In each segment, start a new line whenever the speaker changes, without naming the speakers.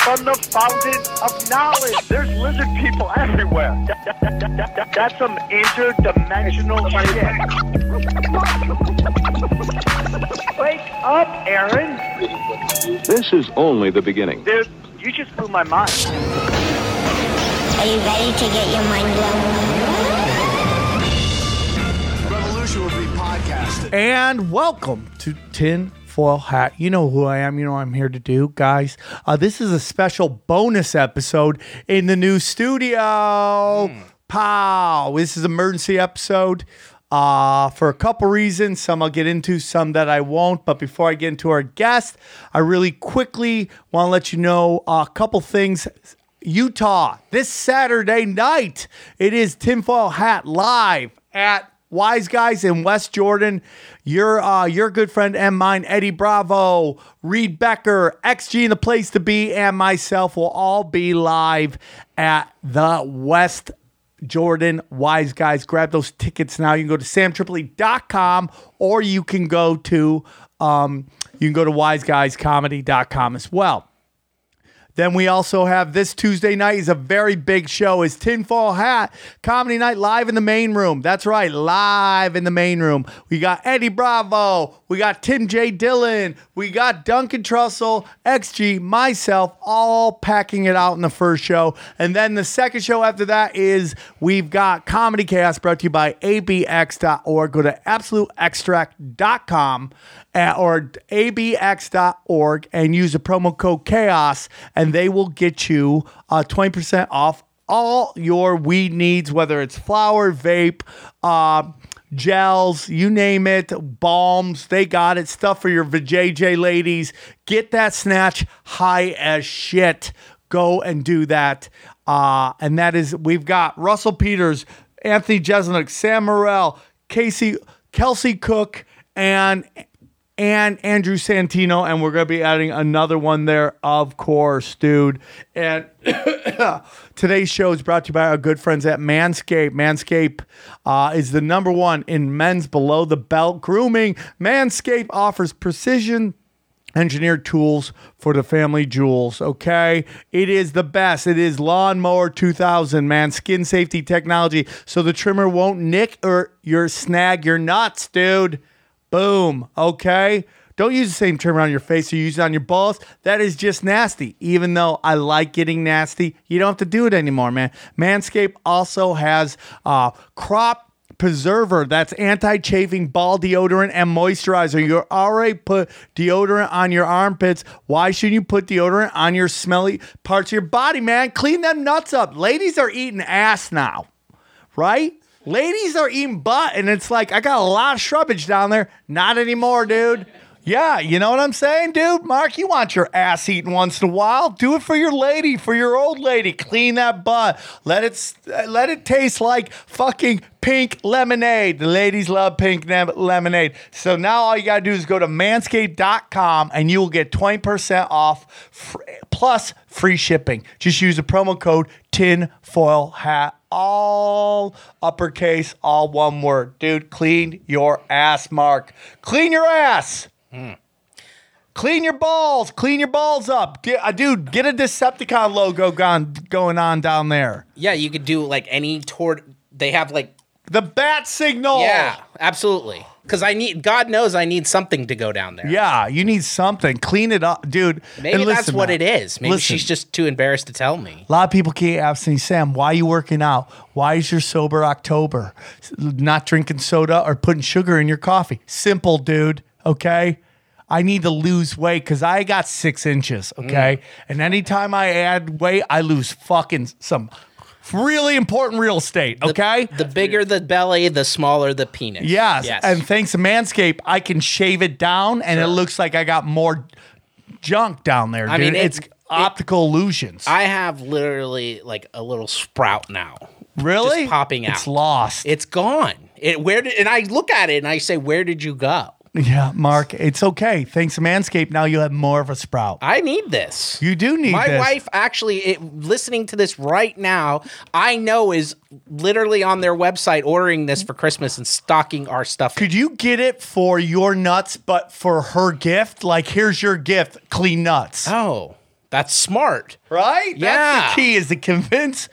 from the fountain of knowledge. There's lizard people everywhere. That- that- that- that- that- That's some interdimensional shit. Wake up, Aaron.
This is only the beginning.
Dude, you just blew my mind.
Are you ready to get your mind blown?
And welcome to Tinfoil Hat. You know who I am. You know what I'm here to do, guys. Uh, this is a special bonus episode in the new studio. Pow! This is emergency episode. Uh, for a couple reasons, some I'll get into, some that I won't. But before I get into our guest, I really quickly want to let you know a couple things Utah this Saturday night. It is Tinfoil Hat Live at Wise Guys in West Jordan. Your uh, your good friend and mine, Eddie Bravo, Reed Becker, XG in the place to be, and myself will all be live at the West Jordan Wise Guys. Grab those tickets now. You can go to samtriple.com or you can go to um, you can go to wiseguyscomedy.com as well. Then we also have this Tuesday night is a very big show is Tinfoil Hat Comedy Night live in the main room. That's right, live in the main room. We got Eddie Bravo, we got Tim J Dillon, we got Duncan Trussell, XG, myself, all packing it out in the first show. And then the second show after that is we've got Comedy Chaos brought to you by abx.org. Go to absoluteextract.com at, eh, or abx.org and use the promo code chaos and they will get you uh, 20% off all your weed needs whether it's flower vape uh, gels you name it balms they got it stuff for your vjj ladies get that snatch high as shit go and do that uh, and that is we've got russell peters anthony jeselnik sam morrell casey kelsey cook and and Andrew Santino, and we're going to be adding another one there, of course, dude. And today's show is brought to you by our good friends at Manscaped. Manscaped uh, is the number one in men's below the belt grooming. Manscaped offers precision engineered tools for the family jewels. Okay, it is the best. It is Lawnmower 2000, man. Skin safety technology, so the trimmer won't nick or your snag your nuts, dude. Boom. Okay. Don't use the same trimmer on your face you use it on your balls. That is just nasty. Even though I like getting nasty, you don't have to do it anymore, man. Manscaped also has uh, crop preserver that's anti-chafing ball deodorant and moisturizer you already put deodorant on your armpits why shouldn't you put deodorant on your smelly parts of your body man clean them nuts up ladies are eating ass now right ladies are eating butt and it's like i got a lot of shrubbage down there not anymore dude yeah you know what i'm saying dude mark you want your ass eaten once in a while do it for your lady for your old lady clean that butt let it s- let it taste like fucking pink lemonade. The ladies love pink nem- lemonade. So now all you got to do is go to manscaped.com and you will get 20% off fr- plus free shipping. Just use the promo code tinfoil hat. All uppercase, all one word. Dude, clean your ass, Mark. Clean your ass. Clean your balls. Clean your balls up. Get, uh, dude, get a Decepticon logo gone, going on down there.
Yeah, you could do like any toward. They have like
The bat signal.
yeah, absolutely. Because I need God knows I need something to go down there.
Yeah, you need something. Clean it up, dude.
maybe
and
that's
listen,
what
man,
it is. Maybe
listen.
she's just too embarrassed to tell me.
A lot of people keep asking Sam, "Why you working out? Why is your sober October? S- Not drinking soda or putting sugar in your coffee? Simple, dude. Okay." I need to lose weight because I got six inches,
Mm.
okay? And anytime I add weight, I lose fucking some really important real estate, okay?
The bigger the belly, the smaller the penis.
Yes.
Yes.
And thanks to Manscaped, I can shave it down and it looks like I got more junk down there.
I
dude.
mean, it-
it's
it-
optical illusions.
I have literally like a little sprout now
Really?
Just popping out.
It's lost.
It's gone. It where did and I look at it and I say, where did you go?
yeah, Mark, it's okay. Thanks to Manscaped, now you have more of a sprout.
I need this.
you do need
My
this.
wife actually it, listening to this right now. I know is literally on their website ordering this for Christmas and stocking our stuff.
Could you get it for your nuts, but for her gift? Like, here's your gift, clean nuts.
oh, that's smart.
Right? That's
Yeah.
the key is to convince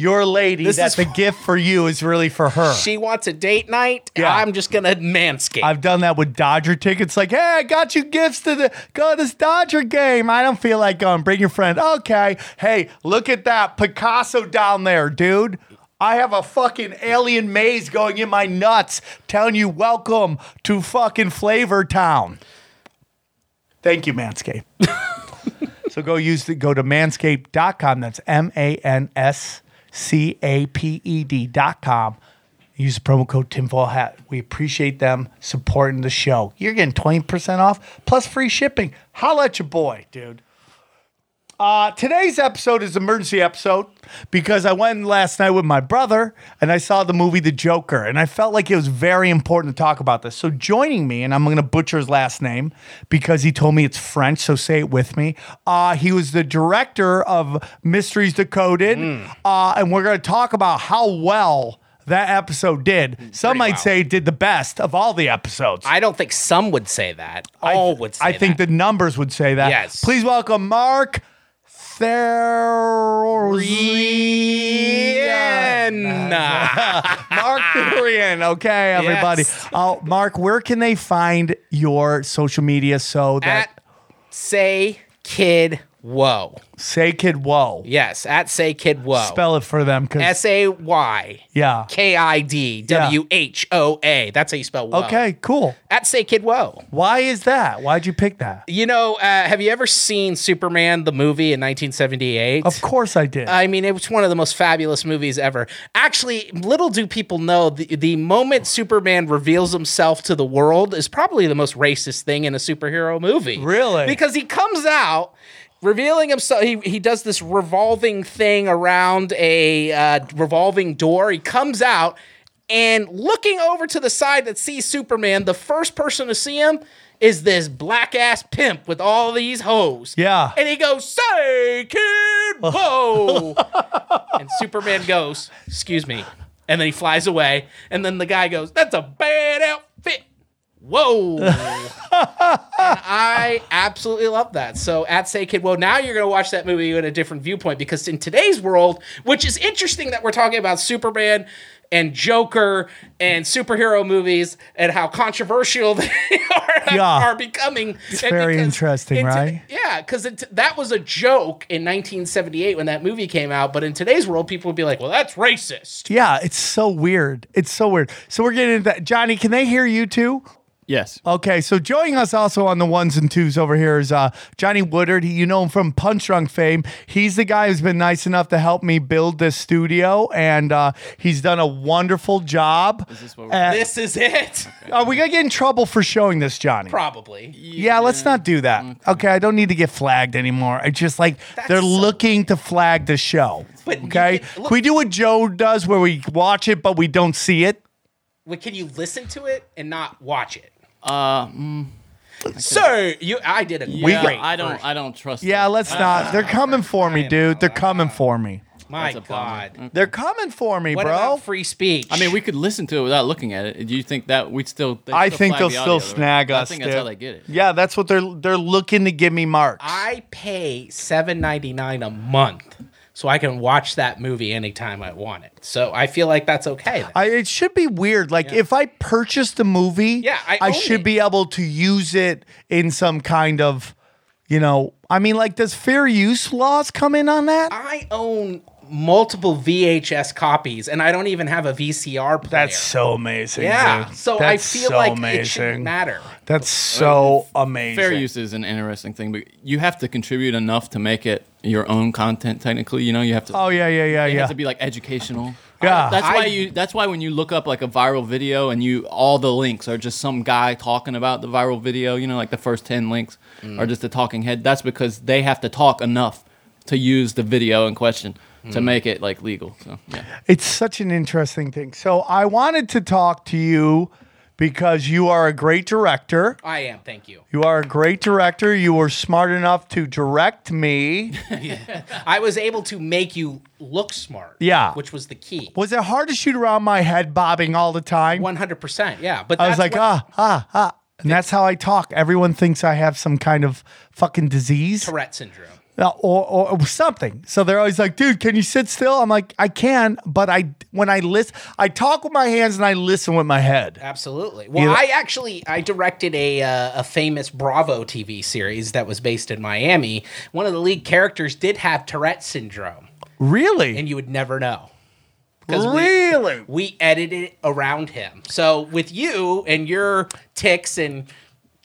your lady
This
that
is-
the gift for you is really for her.
She wants a date night.
Yeah.
I'm just gonna manscape.
I've done that with Dodger tickets. Like, hey, I got you gifts to the go to this Dodger game. I don't feel like going. Bring your friend. Okay. Hey, look at that Picasso down there, dude. I have a fucking alien maze going in my nuts, telling you welcome to fucking Flavor Town. Thank you, Manscaped. so go use the go to manscaped.com. That's M A N S C A P E D.com. Use the promo code tinfoil hat. We appreciate them supporting the show. You're getting 20% off plus free shipping. Holla at your boy, dude. Uh, today's episode is emergency episode because I went last night with my brother and I saw the movie The Joker and I felt like it was very important to talk about this. So joining me, and I'm going to butcher his last name because he told me it's French, so say it with me. Uh, he was the director of Mysteries Decoded, uh, and we're going to talk about how well that episode did. Some might
wow.
say it did the best of all the episodes.
I don't think some would say that. All would say
I think
that.
the numbers would say that.
Yes.
Please welcome Mark Therian.
Nah.
Mark Therian. Okay, everybody.
Yes.
Oh, Mark, where can they find your social media so that
at say kid whoa.
Say Kid Whoa?
Yes, at say kid whoa.
Spell it for them, because
S A Y
yeah.
K I D W H O A. That's how you spell whoa.
Okay, cool.
At say kid whoa.
Why is that? Why'd you pick that?
You know, uh, have you ever seen Superman the movie in 1978?
Of course I did.
I mean, it was one of the most fabulous movies ever. Actually, little do people know the, the moment Superman reveals himself to the world is probably the most racist thing in a superhero movie.
Really?
Because he comes out revealing himself. He, he does this revolving thing around a uh, revolving door. He comes out and looking over to the side that sees Superman, the first person to see him. Is this black ass pimp with all these hoes?
Yeah.
And he goes, Say, kid, whoa. and Superman goes, Excuse me. And then he flies away. And then the guy goes, That's a bad outfit. Whoa. and I absolutely love that. So at Say Kid Whoa, now you're going to watch that movie in a different viewpoint because in today's world, which is interesting that we're talking about Superman and Joker and superhero movies and how controversial they are,
Yeah.
are becoming. It's
very interesting, right?
yeah, because that was a joke in 1978 when that movie came out. But in today's world, people would be like, well, that's racist.
yeah, it's so weird. It's so weird. So we're getting into that. Johnny, can they hear you too?
Yes.
Okay, so joining us also on the ones and twos over here is uh, Johnny Woodard. He, you know him from Punch Drunk fame. He's the guy who's been nice enough to help me build this studio, and uh, he's done a wonderful job. Is this what we're
This is it.
Are we gonna get in trouble for showing this, Johnny?
Probably.
yeah, let's not do that. Okay. I don't need to get flagged anymore. I just like they're
so-
looking to flag the show.
But you
okay,
can-
can,
look-
we do what Joe does, where we watch it but we don't see it.
Well, can you listen to it and not watch it? Uh, Sir, you, I did a
mm. Yeah,
great.
I don't.
version.
I don't trust.
Yeah,
it.
Uh,
let's not. They're coming for me, dude. They're coming for me.
My
a bummer. Mm-hmm.
God.
They're coming for me,
What
bro.
about free speech?
I mean, we could listen to it without looking at it. Do you think that we'd still? they'd
I
still
think
flag
they'll
the
still
audio, right?
snag us.
I think that's
dude.
how they get it.
Yeah, that's what they're they're looking to give me marks.
I pay seven ninety nine a month so I can watch that movie anytime I want it. So I feel like that's okay. then.
I- it should be weird. Like if I purchased a movie,
Yeah, I own
should
it.
be able to use it in some kind of, you know, I mean, like does fair use laws come in on that?
I own multiple VHS copies, and I don't even have a VCR player.
that's so amazing.
yeah.
dude.
So
That's
I feel
so
like it shouldn't
amazing.
matter.
That's so amazing.
Fair use is an interesting thing, but you have to contribute enough to make it your own content. Technically, you know, you have to.
Oh yeah, yeah, yeah,
It
yeah.
has to be like educational.
Yeah.
that's
I-
why you. That's why when you look up like a viral video and you all the links are just some guy talking about the viral video. You know, like the first ten links
Mm.
are just a talking head. That's because they have to talk enough to use the video in question.
Mm.
to make it like legal. So yeah.
It's such an interesting thing. So I wanted to talk to you because you are a great director.
I am. Thank you.
You are a great director. You were smart enough to direct me.
I was able to make you look smart.
Yeah.
Which was the key.
Was it hard to shoot around my head bobbing all the time?
One hundred percent. Yeah. But
I was like,
that's what-
ah, ah, ah. And that's how I talk. Everyone thinks I have some kind of fucking disease
Tourette syndrome.
uh, or, or, or something. So they're always like, dude, can you sit still? I'm like, I can, but I when I listen, I talk with my hands and I listen with my head.
Absolutely. Well,
You-
I actually I directed a uh, a famous Bravo TV series that was based in Miami. One of the lead characters did have Tourette syndrome,
Really?
and you would never know. 'Cause we-
Really?
we edited around him. So with you and your ticks and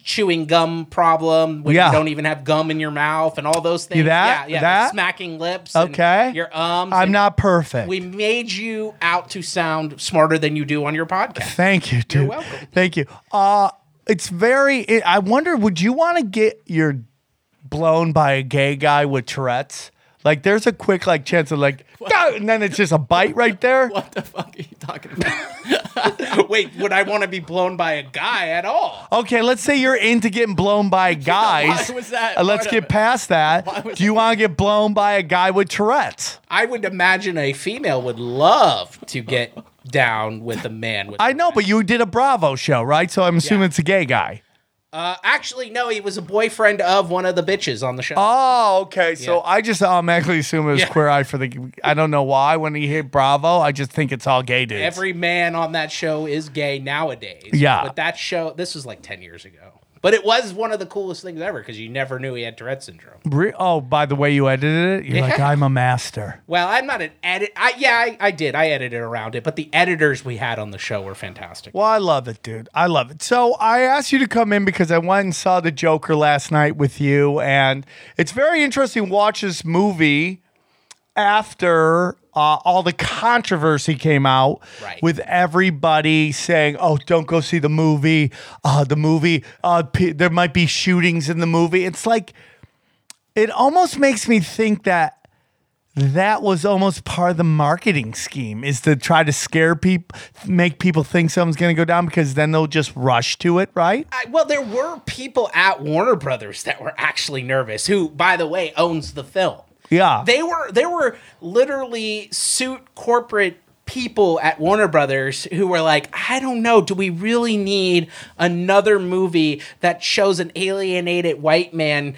chewing gum problem when
Yeah.
you don't even have gum in your mouth and all those things.
that?
Yeah, yeah. the
That?
Smacking lips. and
Okay.
Your ums.
I'm
and
not perfect.
We made you out to sound smarter than you do on your podcast.
Thank you, dude.
welcome.
Thank you. Uh, it's very. It, I wonder, would you want to get your blown by a gay guy with Tourette's? Like, there's a quick like chance of like, "Go!" and then it's just a bite right there.
What the fuck are you talking about?
Wait, would I want to be blown by a guy at all?
Okay, let's say you're into getting blown by guys.
Why was that
Uh, let's
part
get
of it?
past that.
was
Do you want to get blown by a guy with Tourette's?
I would imagine a female would love to get down with a man with
I know, but you did a Bravo show, right? So I'm assuming
Yeah.
it's a gay guy.
Uh, actually, no, he was a boyfriend of one of the bitches on the show.
Oh, okay. So
Yeah.
I just automatically assume it was
Yeah.
queer eye for the. I don't know why. When he hit Bravo, I just think it's all gay dudes.
Every man on that show is gay nowadays.
Yeah.
But that show, this was like 10 years ago. But it was one of the coolest things ever because you never knew he had Tourette syndrome.
Re- oh, by the way, you edited it. You're like,
Yeah.
I'm a master.
Well, I'm not an edit. I, yeah, I, I did. I edited around it, but the editors we had on the show were fantastic.
Well, I love it, dude. I love it. So I asked you to come in because I went and saw The Joker last night with you, and it's very interesting to watch this movie after uh, all the controversy came out
Right.
with everybody saying, "Oh, don't go see the movie. Uh, the movie. Uh, p- there might be shootings in the movie." It's like it almost makes me think that that was almost part of the marketing scheme is to try to scare people, make people think something's going to go down because then they'll just rush to it, right?
I, well, there were people at Warner Brothers that were actually nervous, who, by the way, owns the film.
Yeah.
They were there were literally suit corporate people at Warner Brothers who were like, I don't know, do we really need another movie that shows an alienated white man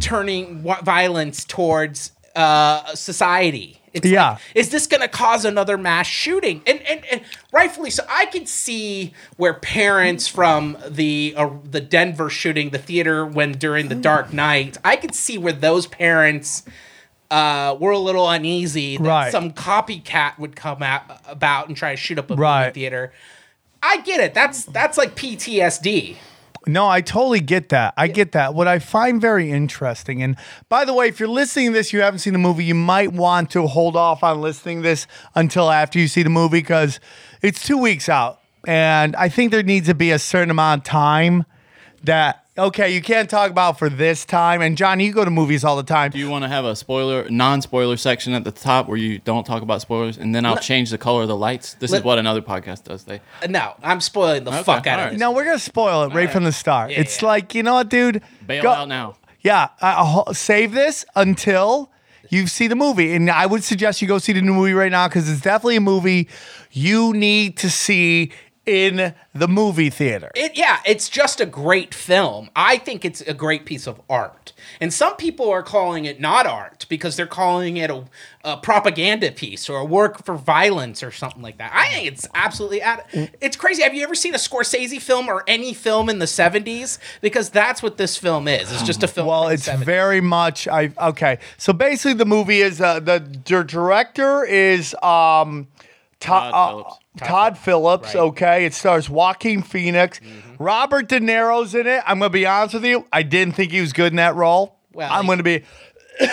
turning wi- violence towards uh, society? It's
Yeah.
like, is this going to cause another mass shooting? And, and and rightfully so. I could see where parents from the uh, the Denver shooting, the theater when during the Dark
Mm.
Knight, I could see where those parents uh, were a little uneasy that
Right.
some copycat would come out about and try to shoot up a
Right.
movie theater. I get it. That's that's like PTSD.
No, I totally get that. I get that. What I find very interesting, and by the way, if you're listening to this, you haven't seen the movie, you might want to hold off on listening to this until after you see the movie because it's two weeks out. And I think there needs to be a certain amount of time that, okay, you can't talk about for this time. And John, you go to movies all the time.
Do you want to have a spoiler, non-spoiler section at the top where you don't talk about spoilers, and then I'll change the color of the lights? This
Let-
is what another podcast does. They
No, I'm spoiling the fuck out
all
of
right.
it.
no, we're going to spoil it right, from the start.
Yeah,
it's
yeah.
like, you know what, dude?
bail
Go-
out now.
Yeah, I- I'll save this until you see the movie. And I would suggest you go see the new movie right now because it's definitely a movie you need to see in the movie theater.
it yeah it's just a great film i think it's a great piece of art and some people are calling it not art because they're calling it a, a propaganda piece or a work for violence or something like that i think it's absolutely ad- it's crazy have you ever seen a scorsese film or any film in the 70s because that's what this film is it's just a film
Well,
from the
Oh, it's
70s.
very much I okay. So basically, the movie is uh, the dir- director is um, Todd,
Todd
uh,
Phillips.
Todd, Phillips. Okay, it stars Joaquin Phoenix, Robert De Niro's in it. I'm gonna be honest with you, I didn't think he was good in that role.
Well,
I'm
he-
gonna be.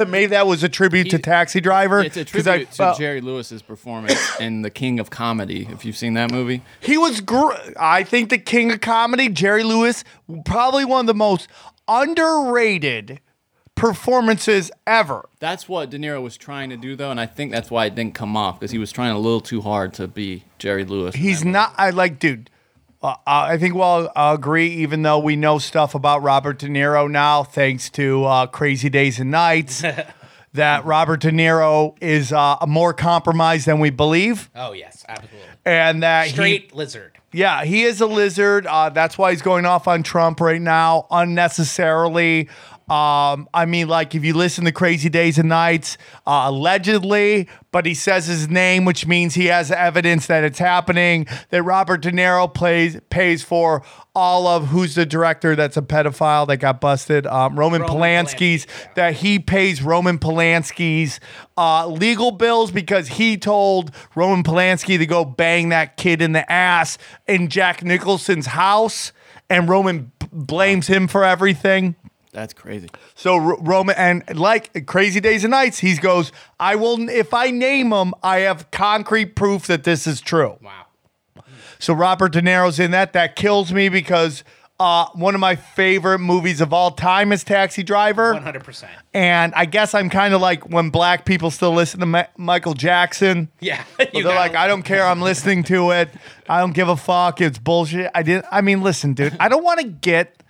Maybe that was a tribute to
He-
Taxi Driver.
It's a
'cause I
tribute to
felt-
Jerry Lewis's performance in The King of Comedy. If you've seen that movie,
He was, gr- I think, the king of comedy, Jerry Lewis, probably one of the most underrated performances ever.
That's what De Niro was trying to do, though, and I think that's why it didn't come off because he was trying a little too hard to be Jerry Lewis. in
He's
that movie.
not. I like, dude. Uh, I think we'll uh, agree, even though we know stuff about Robert De Niro now, thanks to uh, Crazy Days and Nights, that Robert De Niro is uh, more compromised than we believe,
Oh yes, absolutely.
and that he-
Straight lizard.
Yeah, he is a lizard. Uh, that's why he's going off on Trump right now unnecessarily. Um, I mean, like if you listen to Crazy Days and Nights, uh, allegedly, but he says his name, which means he has evidence that it's happening. That Robert De Niro plays pays for all of who's the director that's a pedophile that got busted, um, Roman,
Roman
Polanski's.
Polanski, yeah.
That he pays Roman Polanski's uh, legal bills because he told Roman Polanski to go bang that kid in the ass in Jack Nicholson's house, and Roman b- blames him for everything.
That's crazy.
So R- Roman and like Crazy Days and Nights, he goes, "I will if I name him, I have concrete proof that this is true."
Wow.
So Robert De Niro's in that. That kills me because uh, one of my favorite movies of all time is Taxi Driver.
One hundred percent.
And I guess I'm kind of like when black people still listen to Ma- Michael Jackson.
Yeah.
They're
you got
like,
it.
I don't care. I'm listening to it. I don't give a fuck. It's bullshit. I didn't. I mean, listen, dude. I don't want to get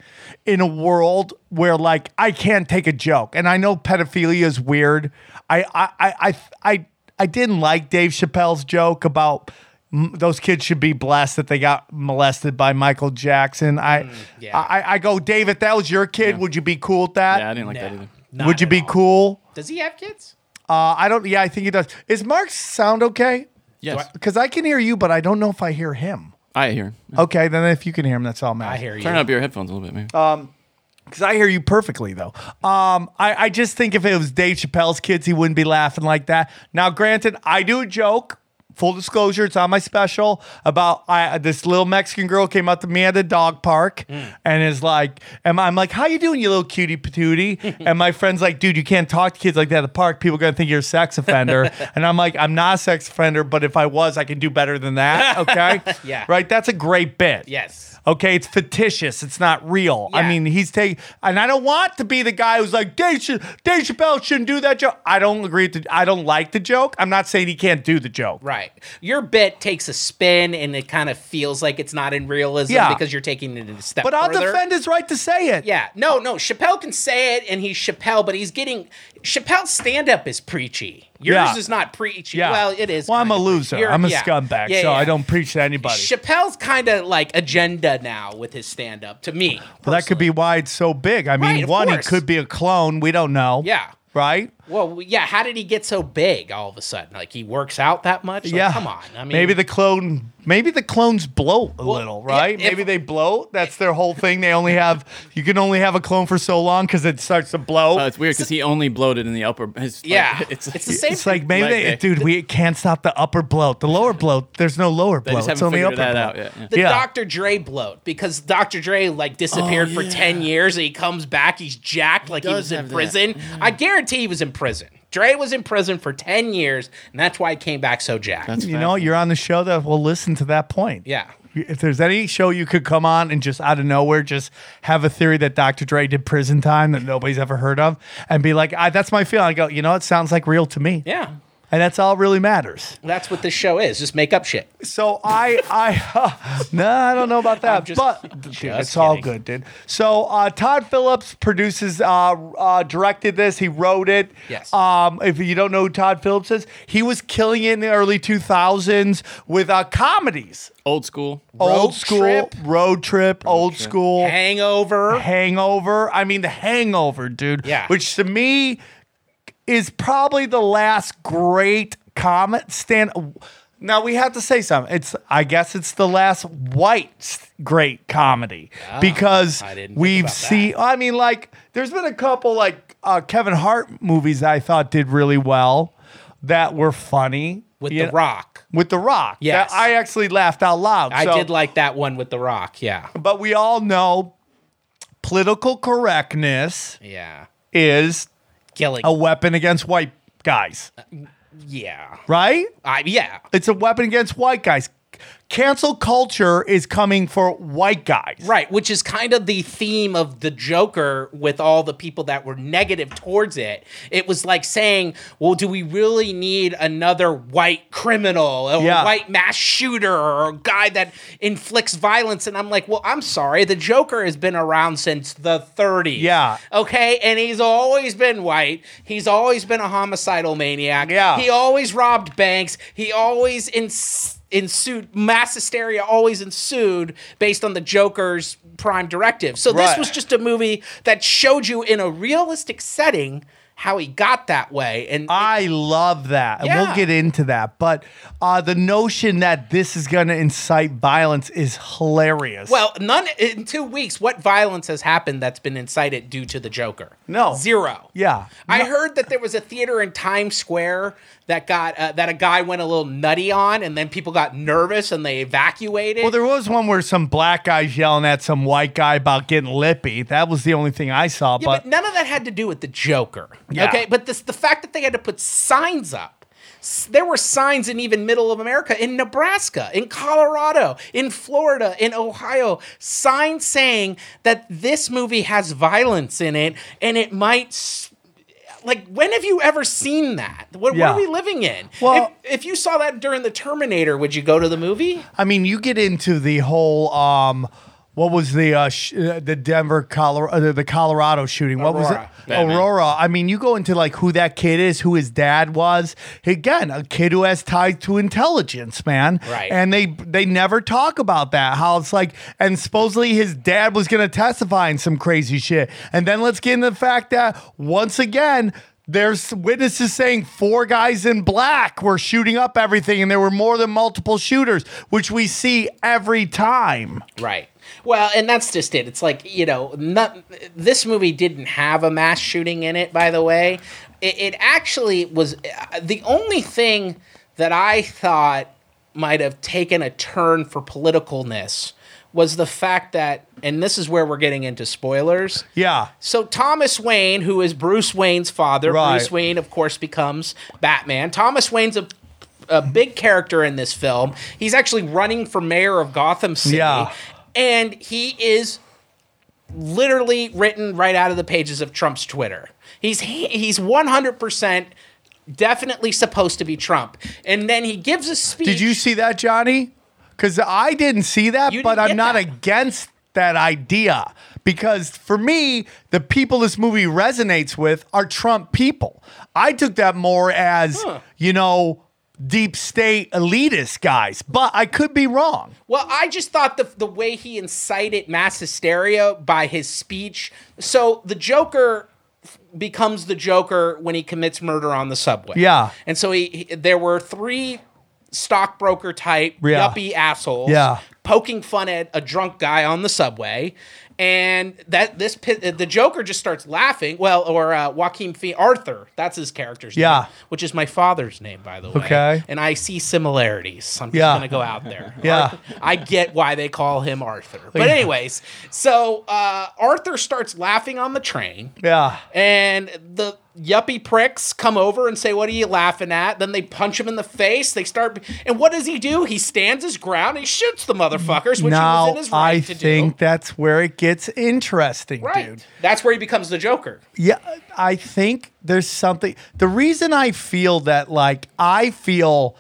in a world where like I can't take a joke. And I know pedophilia is weird. I I I I I, I didn't like Dave Chappelle's joke about. mm, Those kids should be blessed that they got molested by Michael Jackson. I,
Mm,
yeah.
I, I- I go, Dave. If that was your kid, would you be cool with that?
Yeah, I didn't like that
No.
either.
Not
would you
at
be
all.
cool?
Does he have kids?
Uh, I don't. Yeah, I think he does. Is Mark's sound okay?
Yes,
Because I can hear you, but I don't know if I hear him.
I hear. him.
Okay, then if you can hear him, that's all
I
matters.
hear you.
Turn up your headphones a little bit, maybe.
Because I hear you perfectly, though. Um, I, I just think if it was Dave Chappelle's kids, he wouldn't be laughing like that. Now, granted, I do a joke. Full disclosure, it's on my special about I, this little Mexican girl came up to me at the dog park and is like, and I'm like, how you doing, you little cutie patootie? and my friend's like, dude, you can't talk to kids like that at the park. People are gonna think you're a sex offender. and I'm like, I'm not a sex offender, but if I was, I could do better than that. Okay,
Yeah.
right. That's a great bit.
Yes.
Okay, it's fictitious. It's not real. I
Yeah.
mean, he's taking, and I don't want to be the guy who's like Dave, Ch- Dave Chappelle shouldn't do that joke. I don't agree to. I don't like the joke. I'm not saying he can't do the joke.
Right. Your bit takes a spin and it kind of feels like it's not in realism
Yeah.
because you're taking it a step
But I'll
further.
defend his right to say it.
Yeah, no, no. Chappelle can say it, and he's Chappelle, but he's getting Chappelle's stand-up is preachy. Yours
Yeah.
is not preachy.
Yeah.
Well, it is.
Well, I'm a
kinda preachy.
loser.
You're-
I'm a
yeah.
scumbag,
Yeah,
so
yeah.
I don't preach to anybody.
Chappelle's kind of like agenda now with his stand-up. To me,
well, that could be why it's so big. I mean,
Right, of
one,
course.
he could be a clone. We don't know.
Yeah.
Right.
Well, yeah. How did he get so big all of a sudden? Like he works out that much? Like,
yeah.
Come on. I mean,
maybe the clone. Maybe the clones bloat a little,
yeah,
right?
if-
maybe they bloat. That's their whole thing. They only have you can only have a clone for so long because it starts to blow.
Oh, it's weird because he only bloated in the upper. His, like,
Yeah,
it's,
it's the same.
It's like maybe,
Leg
they,
day.
dude, we can't stop the upper bloat. The lower bloat, there's no lower
They
bloat.
just
It's
haven't
only upper
figured that
bloat.
out yet. yeah.
the
Yeah.
Dr. Dre bloat because Dr. Dre like disappeared for 10 years and he comes back. He's jacked like he,
Oh, does
was in
have that. Mm-hmm.
prison. I guarantee he was in prison. Dre was in prison for 10 years and that's why he came back so jacked.
That's
You know, you're on the show that will listen to that point.
yeah.
If there's any show you could come on and just out of nowhere just have a theory that Dr. Dre did prison time that nobody's ever heard of and be like, I, that's my feeling. I go, you know, it sounds like real to me.
Yeah.
And that's all really matters.
That's what this show is. Just make up shit.
So I, I, no, I don't know about that,
I'm just-
but dude,
just
it's all
kidding.
good, dude. So uh, Todd Phillips produces, uh, uh, directed this. He wrote it.
Yes.
Um, if you don't know who Todd Phillips is, he was killing it in the early two thousands with uh, comedies,
old school.
old school,
Trip.
road trip, old school,
Hangover.
Hangover. I mean, The Hangover, dude.
Yeah.
Which to me is probably the last great comet stand. Now we have to say something. It's I guess it's the last white s- great comedy because
Ah, I didn't think
we've
about that.
seen. I mean, like there's been a couple like uh, Kevin Hart movies that I thought did really well that were funny
With
you
The
know,
Rock.
With the Rock, Yeah,
Yes.
I actually laughed out loud.
I
so-
did like that one with The Rock. Yeah.
but we all know political correctness
Yeah.
is
Killing.
Oh.
a weapon against white guys,
yeah.
right?
I, yeah.
It's a weapon against white guys. cancel culture is coming for white guys.
Right, which is kind of the theme of the Joker with all the people that were negative towards it. It was like saying, well, do we really need another white criminal or
Yeah.
white mass shooter or a guy that inflicts violence? And I'm like, well, I'm sorry. The Joker has been around since the 30s.
Yeah.
Okay. And he's always been white. He's always been a homicidal maniac.
Yeah.
He always robbed banks. He always ins- ensued mass hysteria. Always ensued based on the Joker's prime directive. So
Right.
this was just a movie that showed you in a realistic setting how he got that way. And
I love that. And we'll
Yeah.
get into that. But uh, the notion that this is going to incite violence is hilarious.
well, none in two weeks. What violence has happened that's been incited due to the Joker?
No.
zero.
yeah.
I heard that there was a theater in Times Square that got uh, that a guy went a little nutty on, and then people got nervous and they evacuated.
Well, there was one where some black guy's yelling at some white guy about getting lippy. That was the only thing I saw.
yeah,
but
but, none of that had to do with the Joker.
Yeah.
Okay, but this the fact that they had to put signs up. S- There were signs in even middle of America, in Nebraska, in Colorado, in Florida, in Ohio, signs saying that this movie has violence in it and it might. s- Like, when have you ever seen that? What,
Yeah.
what are we living in?
Well-
if, if you saw that during the Terminator, would you go to the movie?
I mean, you get into the whole um, what was the uh, sh- uh, the Denver Colorado uh, the Colorado shooting? What was
Aurora.
it? Aurora. I mean, you go into like who that kid is, who his dad was. Again, a kid who has ties to intelligence, man.
Right.
And they they never talk about that. How it's like, and supposedly his dad was going to testify in some crazy shit. And then let's get into the fact that once again. There's witnesses saying four guys in black were shooting up everything, and there were more than multiple shooters, which we see every time.
Right. Well, and that's just it. It's like you know, not, this movie didn't have a mass shooting in it. By the way, it, it actually was uh, the only thing that I thought might have taken a turn for politicalness was the fact that, and this is where we're getting into spoilers.
Yeah.
So Thomas Wayne, who is Bruce Wayne's father,
Right.
Bruce Wayne, of course, becomes Batman. Thomas Wayne's a a big character in this film. He's actually running for mayor of Gotham City,
Yeah.
and he is literally written right out of the pages of Trump's Twitter. He's he's one hundred percent definitely supposed to be Trump, and then he gives a speech.
Did you see that, Johnny? Because I didn't see that,
You
but
didn't
I'm
get
not
that.
against that idea because for me, the people this movie resonates with are Trump people. I took that more as, you know, deep state elitist guys, but I could be wrong.
Well, I just thought the the way he incited mass hysteria by his speech. So the Joker f- becomes the Joker when he commits murder on the subway.
Yeah.
and so he, he- there were three stockbroker type
Yeah.
yuppie assholes.
Yeah.
poking fun at a drunk guy on the subway. And that this pi- the Joker just starts laughing. Well, or uh, Joaquin Phoe- Arthur, that's his character's
Yeah.
name, which is my father's name, by the way.
Okay.
and I see similarities. I'm just
Yeah.
gonna go out there.
Yeah.
Arthur- I get why they call him Arthur. But anyways, so uh, Arthur starts laughing on the train,
Yeah.
and the yuppie pricks come over and say, "What are you laughing at?" Then they punch him in the face. They start, and what does he do? He stands his ground. And he shoots the motherfuckers, which he was
now
in his right
I
to
think
do.
that's where it gets interesting,
Right.
dude.
That's where he becomes the Joker.
Yeah, I think there's something. The reason I feel that, like, I feel,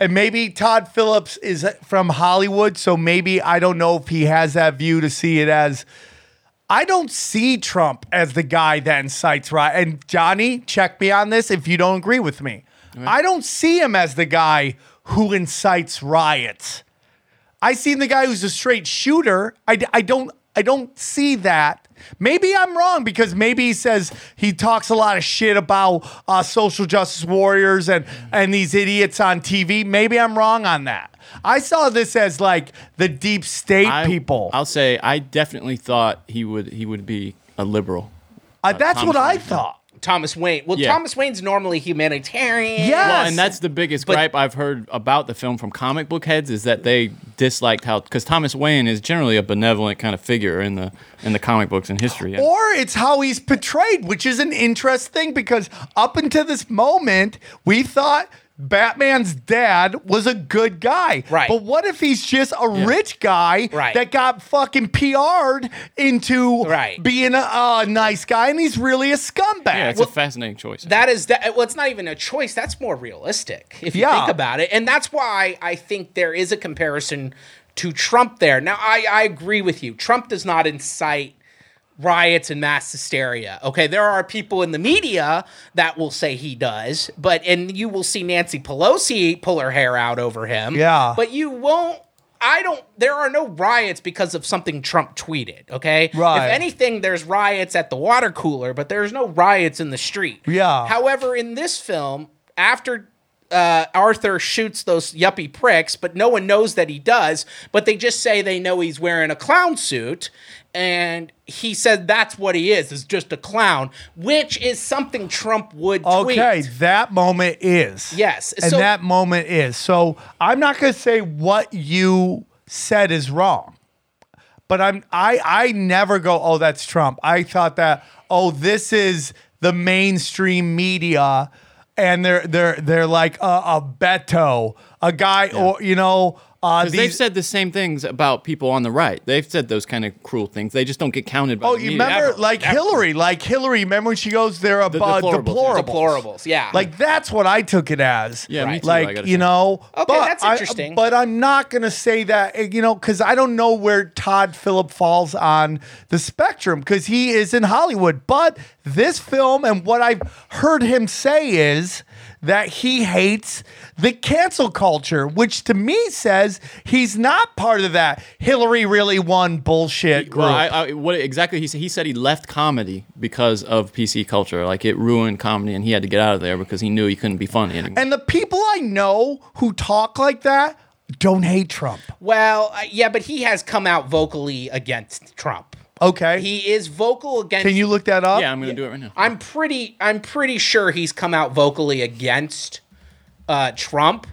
and maybe Todd Phillips is from Hollywood, so maybe I don't know if he has that view to see it as. I don't see Trump as the guy that incites riot. And Johnny, check me on this if you don't agree with me. I don't see him as the guy who incites riots. I seen the guy who's a straight shooter. I, d- I don't I don't see that. Maybe I'm wrong because maybe he says he talks a lot of shit about uh, social justice warriors and and these idiots on TV. Maybe I'm wrong on that. I saw this as like the deep state
I-
people.
I'll say I definitely thought he would he would be a liberal.
Uh, that's
Tom
what I
Cruise.
thought.
Thomas Wayne. Well,
Yeah.
Thomas Wayne's normally humanitarian.
Yes.
Well, and that's the biggest gripe I've heard about the film from comic book heads is that they disliked how because Thomas Wayne is generally a benevolent kind of figure in the in the comic books and history. And-
Or it's how he's portrayed, which is an interesting thing because up until this moment, we thought Batman's dad was a good guy.
Right.
But what if he's just a rich guy
Right.
that got fucking PR'd into
Right.
being a, a nice guy and he's really a scumbag?
Yeah, it's
Well,
a fascinating choice.
That is that. Well, it's not even a choice. That's more realistic if you
Yeah.
think about it, and that's why I think there is a comparison to Trump there. Now, I, I agree with you. Trump does not incite riots and mass hysteria. Okay, there are people in the media that will say he does, but and you will see Nancy Pelosi pull her hair out over him.
Yeah.
but you won't. I don't. There are no riots because of something Trump tweeted. Okay,
Right.
If anything, there's riots at the water cooler, but there's no riots in the street.
Yeah.
However, in this film, after uh, Arthur shoots those yuppie pricks, but no one knows that he does, but they just say they know he's wearing a clown suit. And he said that's what he is, is just a clown, which is something Trump would tweet.
Okay, that moment is.
Yes,
And
so-
that moment is. So I'm not gonna say what you said is wrong. But I'm I I never go, oh, that's Trump. I thought that, oh, this is the mainstream media and they're they're they're like a, a Beto, a guy or you know, uh
'Cause they've
these
said the same things about people on the right. They've said those kind of cruel things. They just don't get counted by
Oh,
the
you
media.
remember like Hillary, like Hillary, remember when she goes there about
deplorables, yeah.
deplorables.
Deplorables, yeah.
Like that's what I took it as.
Yeah, me Right. too, I
Like
gotta
you
say.
know.
Okay,
but
that's
I-
interesting.
but I'm not gonna say that eh, you know because I don't know where Todd Phillip falls on the spectrum because he is in Hollywood. But this film and what I've heard him say is that he hates the cancel culture, which to me says he's not part of that Hillary really won bullshit group.
Well, I, I, what exactly he said? He said he left comedy because of PC culture. Like it ruined comedy, and he had to get out of there because he knew he couldn't be funny anymore.
And the people I know who talk like that don't hate Trump.
well, uh, yeah, but he has come out vocally against Trump.
Okay.
He is vocal against
Can you look that up?
yeah, I'm gonna do it right now.
I'm pretty I'm pretty sure he's come out vocally against uh, Trump,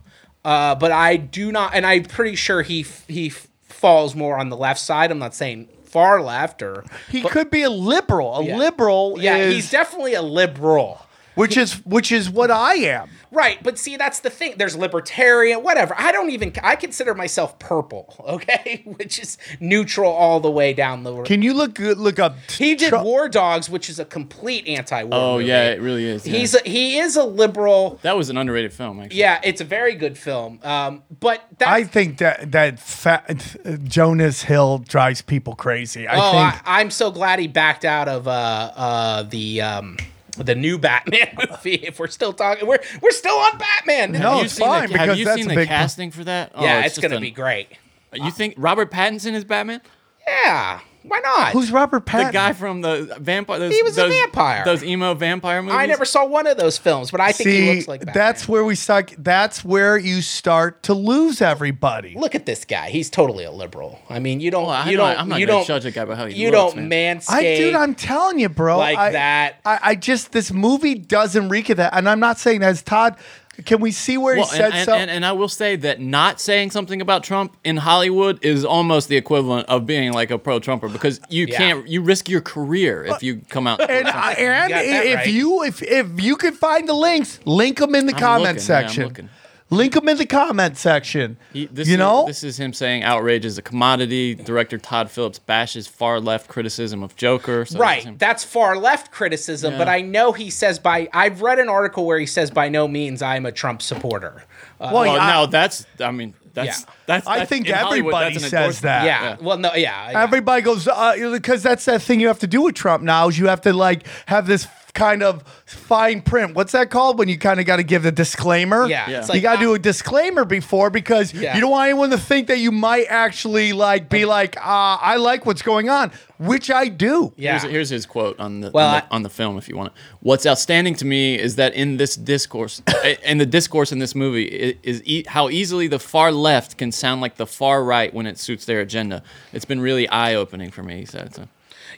uh, but I do not, and I'm pretty sure he f- he f- falls more on the left side. I'm not saying far left or
He could be a liberal. A liberal
yeah,
is
he's definitely a liberal.
which is which is what I am.
Right, but see, that's the thing. There's libertarian, whatever. I don't even. I consider myself purple, okay, which is neutral all the way down the.
Can you look look up
He did
Trump-
War Dogs, which is a complete anti-war.
Oh
movie.
yeah, it really is. yeah.
he's a, he is a liberal.
that was an underrated film. Actually.
Yeah, it's a very good film. Um, but that
I think that that fat, Jonas Hill drives people crazy. I
oh,
think
I, am so glad he backed out of uh, uh, the um, the new Batman movie. If we're still talking, we're we're still on Batman.
No,
Have you
it's
seen the-
fine, because
have you
that's
seen
a
the
big-
casting for that? Oh,
yeah, it's,
just
gonna
an-
be great.
You think Robert Pattinson is Batman?
Yeah, why not?
who's Robert Pattinson?
The guy from the vampire. Those,
He was a
those-
vampire.
Those emo vampire movies.
I never saw one of those films, but I think
See,
he looks like Batman.
that's where we suck. That's where you start to lose everybody.
Look at this guy. He's totally a liberal. I mean, you don't.
Well, I'm
you
not-
don't.
I'm not
you
gonna
don't
judge a guy by how he
You
looks,
don't manscape.
I dude, I'm telling you, bro.
like
I-
that.
I, I just this movie doesn't reek of that, and I'm not saying as Todd. Can we see where
Well,
he
and,
said
and,
something?
and, and I will say that not saying something about Trump in Hollywood is almost the equivalent of being like a pro-Trumper because you
Yeah.
can't you risk your career if you come out.
And, I, and
got that
if
right.
you if if you can find the links, link them in the comment
looking, yeah, I'm
section.
looking.
link them in the comment section.
He- this
you
is,
know,
this is him saying outrage is a commodity. Director Todd Phillips bashes far left criticism of Joker. So that's him.
Right. That's far left criticism, but
Yeah.
I know he says by I've read an article where he says by no means I'm a Trump supporter. Uh,
well,
Well,
I-
oh, no, that's I mean that's
Yeah.
that's,
I
that's-
think
in Hollywood,
everybody
that's an
says
endorsement.
that.
yeah. Well, no, yeah. yeah.
Everybody goes uh, because that's that thing you have to do with Trump now is you have to like have this kind of fine print. What's that called when you kind of got to give the disclaimer?
Yeah, Yeah. it's
you
like,
got to
I-
do a disclaimer before because
Yeah. Um,
you don't want anyone to think that you might actually like be like, uh, I like what's going on, which I do.
yeah.
Here's, here's his quote on the,
Well,
on, the
I-
on the film, if you want it. What's outstanding to me is that in this discourse, and the discourse in this movie i- is e- how easily the far left can sound like the far right when it suits their agenda. It's been really eye opening for me. He said so.